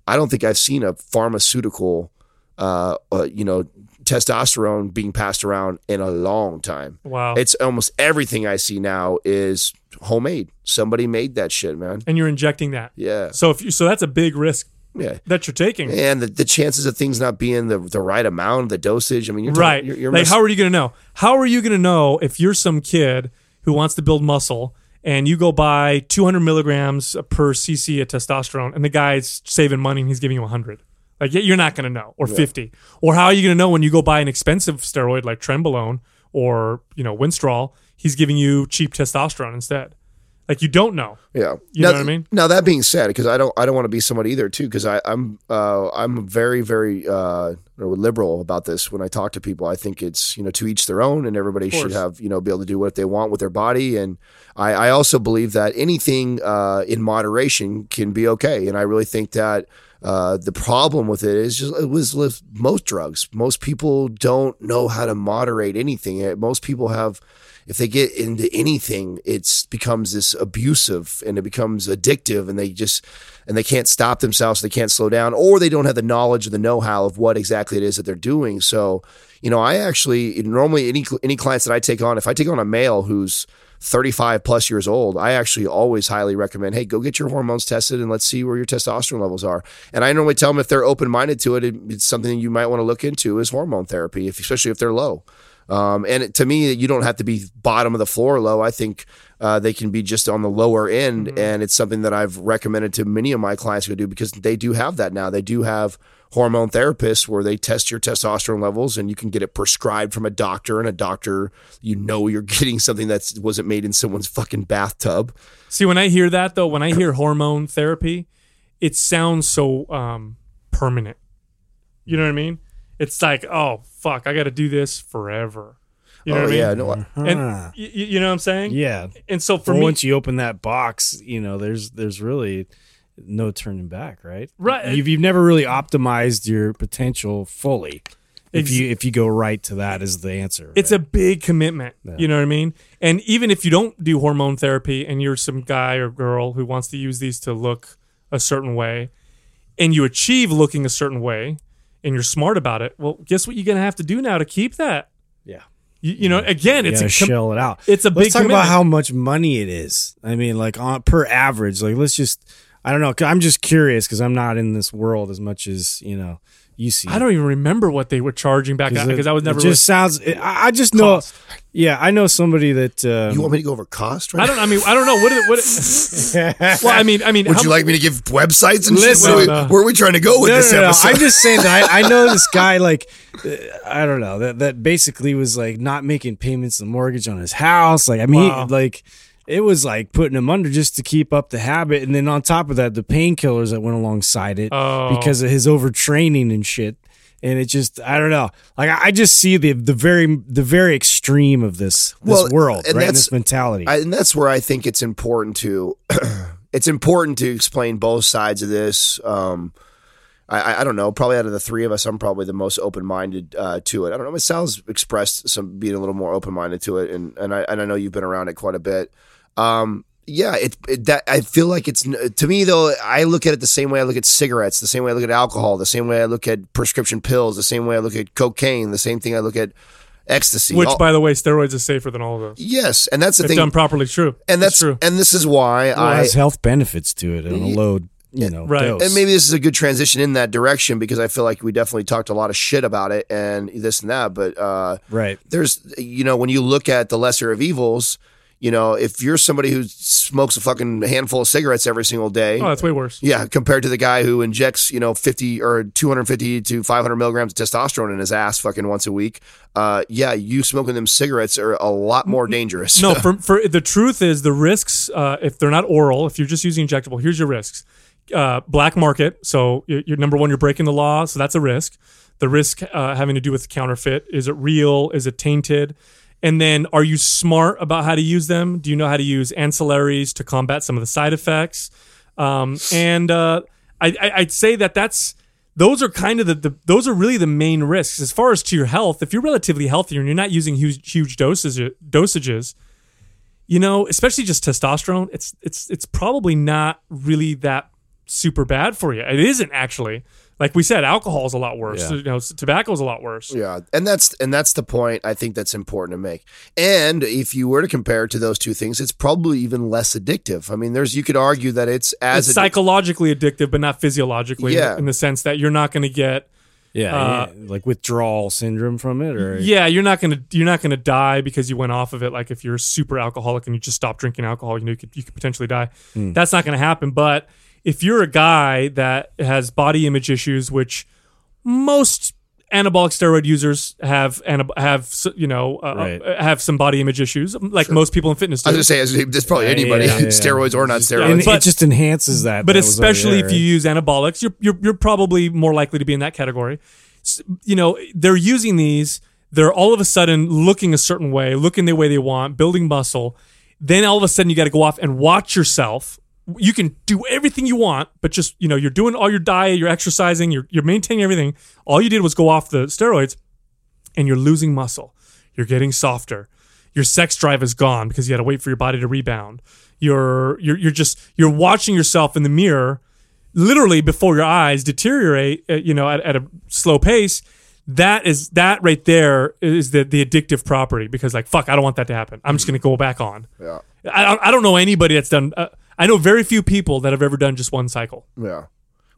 Speaker 2: I don't think I've seen a pharmaceutical, uh, uh you know, testosterone being passed around in a long time.
Speaker 3: Wow,
Speaker 2: It's almost everything I see now is homemade. Somebody made that shit, man.
Speaker 3: and you're injecting that.
Speaker 2: Yeah.
Speaker 3: So if you so that's a big risk
Speaker 2: Yeah.
Speaker 3: that you're taking,
Speaker 2: And the, the chances of things not being the, the right amount, the dosage. I mean, you're talking-
Speaker 3: right?
Speaker 2: You're, you're
Speaker 3: like,
Speaker 2: mess-
Speaker 3: how are you going to know? How are you going to know if you're some kid who wants to build muscle? And you go buy 200 milligrams per cc of testosterone, and the guy's saving money and he's giving you 100. Like yeah, you're not going to know, or 50, or how are you going to know when you go buy an expensive steroid like trenbolone or you know Winstrol? He's giving you cheap testosterone instead. Like you don't know.
Speaker 2: Yeah,
Speaker 3: You know what I mean?
Speaker 2: Now that being said, because I don't, I don't want to be someone either too, because I'm, uh, I'm very, very uh, liberal about this. When I talk to people, I think it's you know to each their own, and everybody should
Speaker 3: course.
Speaker 2: have you know be able to do what they want with their body. And I, I also believe that anything uh, in moderation can be okay. And I really think that. Uh, the problem with it is just it was with most drugs. Most people don't know how to moderate anything. Uh, Most people have if they get into anything, it's becomes this abusive and it becomes addictive and they just and they can't stop themselves, they can't slow down, or they don't have the knowledge or the know-how of what exactly it is that they're doing. So, you know, I actually normally any any clients that I take on, if I take on a male who's 35 plus years old, I actually always highly recommend, hey, go get your hormones tested and let's see where your testosterone levels are. And I normally tell them if they're open minded to it, it, it's something you might want to look into is hormone therapy, if, especially if they're low. Um, and it, to me, you don't have to be bottom of the floor low. I think uh, they can be just on the lower end,
Speaker 3: Mm-hmm.
Speaker 2: and it's something that I've recommended to many of my clients who do because they do have that now. They do have hormone therapists where they test your testosterone levels, and you can get it prescribed from a doctor. And a doctor, you know, you're getting something that wasn't made in someone's fucking bathtub.
Speaker 3: See, when I hear that though, when I hear hormone therapy, it sounds so um, permanent. You know what I mean? It's like, oh fuck, I got to do this forever. You know
Speaker 2: oh
Speaker 3: what I mean?
Speaker 2: yeah, no, I-
Speaker 3: And
Speaker 4: Ah.
Speaker 3: y- y- you know what I'm saying?
Speaker 4: yeah.
Speaker 3: And so for
Speaker 4: Well,
Speaker 3: me,
Speaker 4: once you open that box, you know, there's there's really no turning back, right?
Speaker 3: Right.
Speaker 4: You've, you've never really optimized your potential fully. If
Speaker 3: Ex-
Speaker 4: you if you go right to that is the answer.
Speaker 3: it's a big commitment. You know what I mean? And even if you don't do hormone therapy and you're some guy or girl who wants to use these to look a certain way and you achieve looking a certain way and you're smart about it, well, guess what you're going to have to do now to keep that?
Speaker 4: Yeah.
Speaker 3: You, you know, again, it's
Speaker 4: it's
Speaker 3: a com-
Speaker 4: shell it out.
Speaker 3: it's a
Speaker 4: let's
Speaker 3: big
Speaker 4: talk
Speaker 3: commitment.
Speaker 4: about how much money it is. I mean, like on per average, like let's just I don't know. 'cause I'm just curious because I'm not in this world as much as you know you see.
Speaker 3: I don't even remember what they were charging back then
Speaker 4: it-
Speaker 3: because I was never
Speaker 4: It
Speaker 3: really
Speaker 4: just sounds. It, I I just know.
Speaker 3: Cost.
Speaker 4: Yeah, I know somebody that. Um,
Speaker 2: you want me to go over cost? Right
Speaker 3: I
Speaker 2: now?
Speaker 3: don't. I mean, I don't know what. It, what it, well, I mean, I mean,
Speaker 2: Would
Speaker 3: how- uh,
Speaker 2: you like me to give websites and shit?
Speaker 4: Listen.
Speaker 2: Where, are we-
Speaker 3: No, no.
Speaker 2: where are we trying to go with
Speaker 4: no,
Speaker 2: this
Speaker 4: no, no,
Speaker 2: episode?
Speaker 4: I'm just saying that I, I know this guy like uh, I don't know that that basically was like not making payments the mortgage on his house. Like I mean, he-
Speaker 3: Wow.
Speaker 4: like it was like putting him under just to keep up the habit, and then on top of that, the painkillers that went alongside it
Speaker 3: Oh.
Speaker 4: because of his overtraining and shit. And it just I don't know. Like I, I just see the the very the very extreme of this this
Speaker 2: Well,
Speaker 4: world,
Speaker 2: and
Speaker 4: right? And
Speaker 2: that's-
Speaker 4: this mentality.
Speaker 2: I, and that's where I think it's important to it's important to explain both sides of this. Um, I, I- I don't know. Probably out of the three of us, I'm probably the most open minded uh, to it. I don't know. But Sal's expressed some being a little more open minded to it, and and I and I know you've been around it quite a bit. Um, yeah, it, it that I feel like it's n- to me though. I look at it the same way I look at cigarettes, the same way I look at alcohol, the same way I look at prescription pills, the same way I look at cocaine, the same thing I look at ecstasy.
Speaker 3: which,
Speaker 2: All-
Speaker 3: by um, the way, steroids is safer than all of those
Speaker 2: yes, and that's the
Speaker 3: if
Speaker 2: thing.
Speaker 3: done properly. True,
Speaker 2: and that's
Speaker 3: It's true.
Speaker 2: and this is why
Speaker 4: Well, it
Speaker 2: I
Speaker 4: has health benefits to it and a load, you know,
Speaker 3: Right.
Speaker 4: dose.
Speaker 2: and maybe this is a good transition in that direction because I feel like we definitely talked a lot of shit about it and this and that, but uh,
Speaker 4: right.
Speaker 2: there's you know when you look at the lesser of evils, you know if you're somebody who smokes a fucking handful of cigarettes every single day,
Speaker 3: Oh, that's way worse.
Speaker 2: yeah, compared to the guy who injects, you know, 50 or 250 to 500 milligrams of testosterone in his ass fucking once a week. Uh, yeah, you smoking them cigarettes are a lot more dangerous.
Speaker 3: No, for, for the truth is the risks. Uh, if they're not oral, if you're just using injectable, here's your risks: uh, black market. So you're, you're number one, you're breaking the law, so that's a risk. The risk uh, having to do with counterfeit. Is it real? Is it tainted? And then, are you smart about how to use them? Do you know how to use ancillaries to combat some of the side effects? Um, and uh, I, I, I'd say that that's those are kind of the, the those are really the main risks as far as to your health. If you're relatively healthy and you're not using huge huge doses uh, dosages, you know, especially just testosterone, it's it's it's probably not really that super bad for you. It isn't actually. Like we said, alcohol's a lot worse. You know, s- tobacco's a lot worse.
Speaker 2: Yeah, and that's and that's the point I think that's important to make. And if you were to compare it to those two things, it's probably even less addictive. I mean, there's you could argue that it's as
Speaker 3: it's
Speaker 2: addic-
Speaker 3: psychologically addictive, but not physiologically. in the-
Speaker 2: Yeah.
Speaker 3: In the sense that you're not going to get
Speaker 4: Yeah,
Speaker 3: Uh,
Speaker 4: yeah, like withdrawal syndrome from it, or
Speaker 3: Yeah, you're not gonna you're not gonna die because you went off of it. Like if you're a super alcoholic and you just stop drinking alcohol, you know you could you could potentially die.
Speaker 2: Hmm.
Speaker 3: That's not gonna happen. But if you're a guy that has body image issues, which most anabolic steroid users have anab- have s- you know uh,
Speaker 4: Right.
Speaker 3: uh, have some body image issues, like most people in fitness. Do.
Speaker 2: I was gonna say there's probably
Speaker 4: Yeah,
Speaker 2: anybody
Speaker 4: yeah, yeah.
Speaker 2: steroids or not
Speaker 4: and
Speaker 2: steroids.
Speaker 3: but-
Speaker 4: it just enhances that.
Speaker 3: but
Speaker 4: that was already
Speaker 3: especially
Speaker 4: there,
Speaker 3: if you use anabolics, you're, you're you're probably more likely to be in that category. S- You know, they're using these. They're all of a sudden looking a certain way, looking the way they want, building muscle. Then all of a sudden, you got to go off and watch yourself. You can do everything you want, but just you know, you're doing all your diet, you're exercising, you're you're maintaining everything. All you did was go off the steroids, and you're losing muscle. You're getting softer. Your sex drive is gone because you had to wait for your body to rebound. You're you're you're just you're watching yourself in the mirror, literally before your eyes deteriorate. uh, You know, at, at a slow pace. that is that right there is the the addictive property because like fuck, I don't want that to happen. I'm just gonna go back on.
Speaker 2: Yeah.
Speaker 3: I don't, I don't know anybody that's done. Uh, I know very few people that have ever done just one cycle.
Speaker 2: Yeah.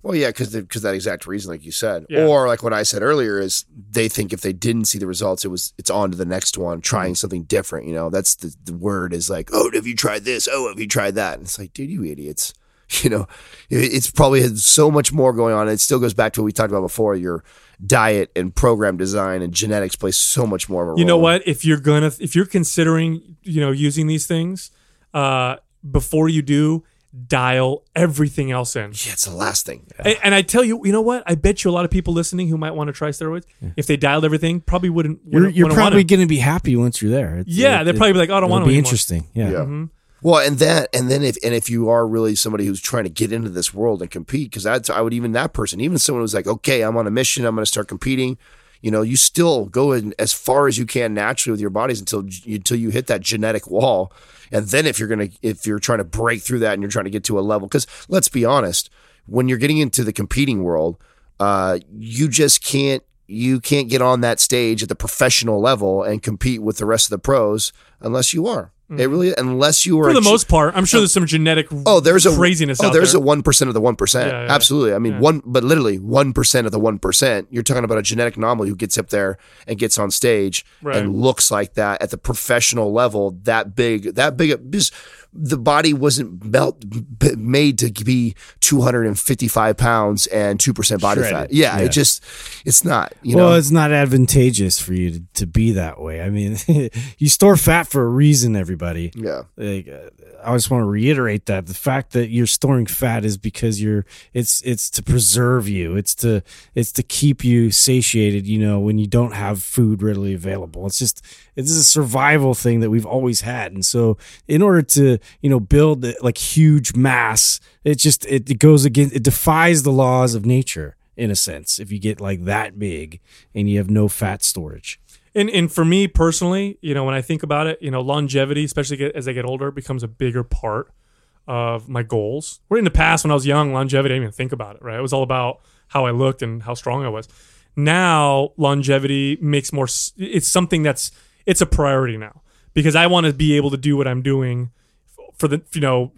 Speaker 2: Well, yeah, because because that exact reason, like you said,
Speaker 3: Yeah.
Speaker 2: or like what I said earlier, is they think if they didn't see the results, it was it's on to the next one,
Speaker 3: Mm-hmm.
Speaker 2: trying something different. You know, that's the, the word is like, oh, have you tried this? Oh, have you tried that? And it's like, dude, you idiots. You know, it- it's probably had so much more going on. It still goes back to what we talked about before. Your diet and program design and genetics play so much more of a role.
Speaker 3: You know what? If you're gonna, if you're considering, you know, using these things, uh, before you do, dial everything else in.
Speaker 2: Yeah, it's the last thing.
Speaker 3: And, and I tell you, you know what? I bet you a lot of people listening who might want to try steroids, if they dialed everything, probably wouldn't.
Speaker 4: You're,
Speaker 3: wouldn't-
Speaker 4: you're
Speaker 3: wouldn't want
Speaker 4: probably
Speaker 3: it.
Speaker 4: going to be happy once you're there. It-
Speaker 3: Yeah,
Speaker 4: it-
Speaker 3: they'd probably be like, "Oh, I don't
Speaker 4: it'll
Speaker 3: want to
Speaker 4: be
Speaker 3: anymore."
Speaker 4: interesting. Yeah.
Speaker 2: Yeah.
Speaker 3: Mm-hmm.
Speaker 2: Well, and that, and then if, and if you are really somebody who's trying to get into this world and compete, because that's, I would even that person, even someone who's like, okay, I'm on a mission, I'm going to start competing. You know, you still go in as far as you can naturally with your bodies until until you hit that genetic wall, and then if you're gonna if you're trying to break through that and you're trying to get to a level, because let's be honest, when you're getting into the competing world, uh, you just can't you can't get on that stage at the professional level and compete with the rest of the pros unless you are. It really unless you are
Speaker 3: For the
Speaker 2: achi-
Speaker 3: most part, I'm sure there's some genetic.
Speaker 2: Oh, there's a
Speaker 3: craziness.
Speaker 2: Oh,
Speaker 3: out
Speaker 2: there's
Speaker 3: there.
Speaker 2: a one percent of the one percent.
Speaker 3: Yeah, yeah,
Speaker 2: Absolutely. I mean, one, but literally one percent of the one percent. You're talking about a genetic anomaly who gets up there and gets on stage
Speaker 3: Right.
Speaker 2: and looks like that at the professional level. That big, that big. Just, the body wasn't melt, b- made to be 255 pounds and two percent body
Speaker 4: Shredded.
Speaker 2: fat. Yeah,
Speaker 4: Yeah.
Speaker 2: it just, it's not. You
Speaker 4: well,
Speaker 2: know,
Speaker 4: it's not advantageous for you to, to be that way. I mean, you store fat for a reason, everybody.
Speaker 2: yeah.
Speaker 4: Like, uh, I just want to reiterate that the fact that you're storing fat is because you're it's it's to preserve you. It's to it's to keep you satiated. You know, when you don't have food readily available, it's just it's a survival thing that we've always had. And so, in order to you know build uh, like huge mass, it just it, it goes against it defies the laws of nature in a sense. If you get like that big and you have no fat storage,
Speaker 3: and and for me personally, you know, when I think about it, you know, longevity, especially get, as I get older, becomes a bigger part of my goals. Where in the past, when I was young, longevity, I didn't even think about it. Right, it was all about how I looked and how strong I was. Now, longevity makes more. s- It's something that's it's a priority now because I want to be able to do what I'm doing for the you know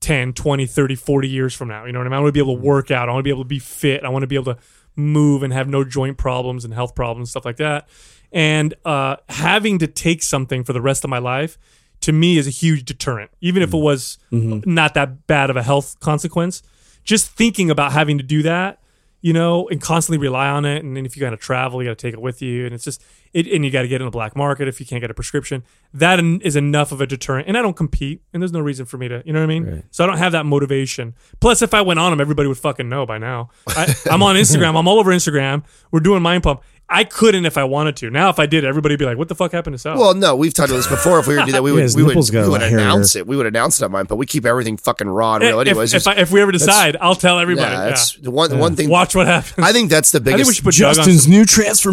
Speaker 3: 10 20 30 40 years from now you know what i mean i want to be able to work out i want to be able to be fit i want to be able to move and have no joint problems and health problems stuff like that and uh, having to take something for the rest of my life to me is a huge deterrent even if it was not that bad of a health consequence just thinking about having to do that you know, and constantly rely on it. And then if you got to travel, you got to take it with you. And it's just, it, and you got to get it in the black market if you can't get a prescription. That en- is enough of a deterrent. And I don't compete, and there's no reason for me to, you know what I mean? So I don't have that motivation. Plus, if I went on them, everybody would fucking know by now. I, I'm on Instagram. I'm all over Instagram. We're doing Mind Pump. I couldn't if I wanted to. Now, if I did, everybody would be like, what the fuck happened to Sal?
Speaker 2: Well, no, we've talked about this before. If we were to do that, we
Speaker 4: Yeah,
Speaker 2: would
Speaker 4: his
Speaker 2: we would,
Speaker 4: nipples got
Speaker 2: we
Speaker 4: a
Speaker 2: would
Speaker 4: lot hairier.
Speaker 2: announce it. We would announce it on mine, but we keep everything fucking raw and real.
Speaker 3: if,
Speaker 2: Anyways,
Speaker 3: Eh, if,
Speaker 2: Just-
Speaker 3: I, if we ever decide, I'll tell
Speaker 2: yeah,
Speaker 3: everybody. Yeah,
Speaker 2: that's the one one thing.
Speaker 3: Watch what happens.
Speaker 2: I think that's the
Speaker 3: I
Speaker 2: biggest.
Speaker 3: think we should put Justin's.
Speaker 4: Justin's new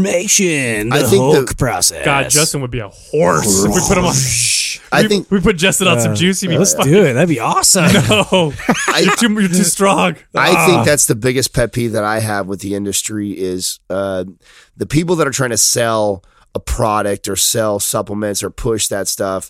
Speaker 4: transformation, the
Speaker 2: I think the-
Speaker 4: Hulk process.
Speaker 3: God, Justin would be a horse if we put him on.
Speaker 2: I
Speaker 3: we,
Speaker 2: think- Uh,
Speaker 3: we put Justin on some juicy. meat.
Speaker 4: Let's do it. That'd be awesome.
Speaker 3: Oh, you're too, you're too strong.
Speaker 2: I think that's the biggest pet peeve that I have with the industry is uh, the people that are trying to sell a product or sell supplements or push that stuff,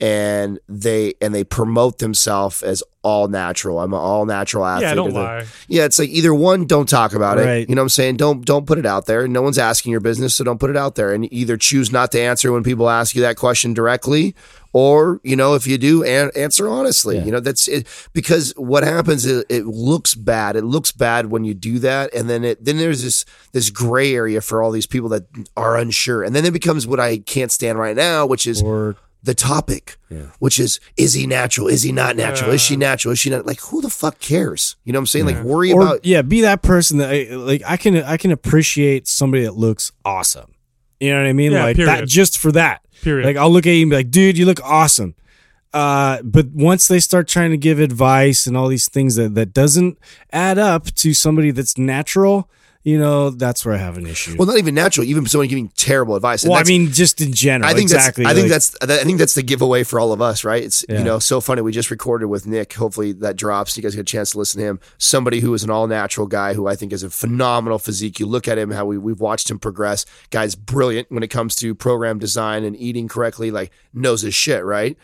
Speaker 2: and they and they promote themselves as all natural. I'm an all natural athlete.
Speaker 3: don't
Speaker 2: Or the-
Speaker 3: lie.
Speaker 2: Yeah, it's like either one, don't talk about it.
Speaker 4: Right.
Speaker 2: You know what I'm saying? Don't don't put it out there. No one's asking your business, so don't put it out there. And either choose not to answer when people ask you that question directly, or you know if you do, an- answer honestly. You know that's it because what happens is it looks bad. It looks bad when you do that, and then it then there's this this gray area for all these people that are unsure, and then it becomes what I can't stand right now, which is
Speaker 4: Or
Speaker 2: the topic, which is is he natural? Is he not natural? Is she natural? Is she not? Like who the fuck cares? You know what I'm saying? Like worry
Speaker 4: or
Speaker 2: about
Speaker 4: yeah, be that person that I, like I can I can appreciate somebody that looks awesome. You know what I mean?
Speaker 3: Yeah,
Speaker 4: like
Speaker 3: period.
Speaker 4: that just for that.
Speaker 3: Period.
Speaker 4: Like I'll look at you and be like, dude, you look awesome. Uh, but once they start trying to give advice and all these things that that doesn't add up to somebody that's natural, you know, that's where I have an issue.
Speaker 2: Well, not even natural. Even someone giving terrible advice. And
Speaker 4: well, I
Speaker 2: that's-
Speaker 4: mean, just in general.
Speaker 2: I think
Speaker 4: exactly.
Speaker 2: that's. I think
Speaker 4: like-
Speaker 2: that's. that- I think that's the giveaway for all of us, right? It's
Speaker 4: Yeah.
Speaker 2: you know so funny. We just recorded with Nick. Hopefully that drops. You guys get a chance to listen to him. Somebody who is an all natural guy who I think is a phenomenal physique. You look at him, how we we've watched him progress. Guy's brilliant when it comes to program design and eating correctly. Like knows his shit, right?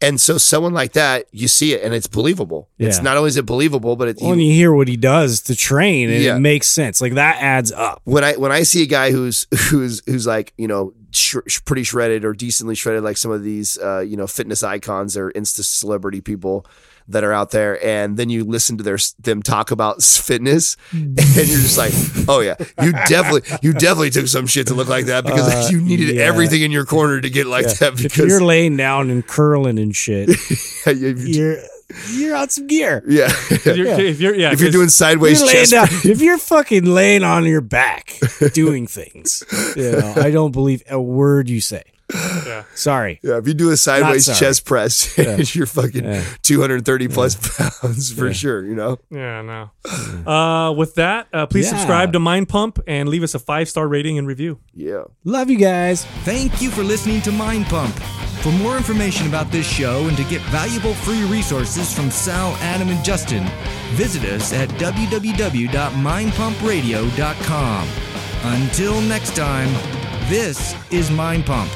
Speaker 2: And so someone like that, you see it, and it's believable. It's
Speaker 4: Yeah.
Speaker 2: not only is it believable, but it,
Speaker 4: Well, and you hear what he does to train, and
Speaker 2: Yeah.
Speaker 4: it makes sense. Like that adds up.
Speaker 2: when I when I see a guy who's who's who's like you know sh- sh- pretty shredded or decently shredded, like some of these uh, you know fitness icons or Insta celebrity people that are out there, and then you listen to their s- them talk about s- fitness, and you're just like, oh yeah, you definitely you definitely took some shit to look like that because
Speaker 4: Uh,
Speaker 2: you needed
Speaker 4: yeah.
Speaker 2: everything in your corner to get like that
Speaker 4: If you're
Speaker 2: because
Speaker 4: laying down and curling and shit,
Speaker 2: you-
Speaker 4: you're you're on some gear.
Speaker 2: yeah.
Speaker 3: If you're, if you're, yeah,
Speaker 2: If you're
Speaker 3: 'cause
Speaker 2: doing sideways
Speaker 4: You're laying
Speaker 2: chest,
Speaker 4: down, if you're fucking laying on your back doing things, you know, I don't believe a word you say.
Speaker 3: Yeah.
Speaker 4: Sorry.
Speaker 2: yeah, if you do a sideways
Speaker 4: sorry.
Speaker 2: chest press, you're fucking
Speaker 4: Yeah.
Speaker 2: 230 plus pounds for sure. You know.
Speaker 3: Yeah, no. Uh, with that, uh, please
Speaker 4: Yeah.
Speaker 3: subscribe to Mind Pump and leave us a five star rating and review.
Speaker 2: Yeah.
Speaker 4: Love you guys.
Speaker 6: Thank you for listening to Mind Pump. For more information about this show and to get valuable free resources from Sal, Adam, and Justin, visit us at www.mindpumpradio.com. Until next time, this is Mind Pump.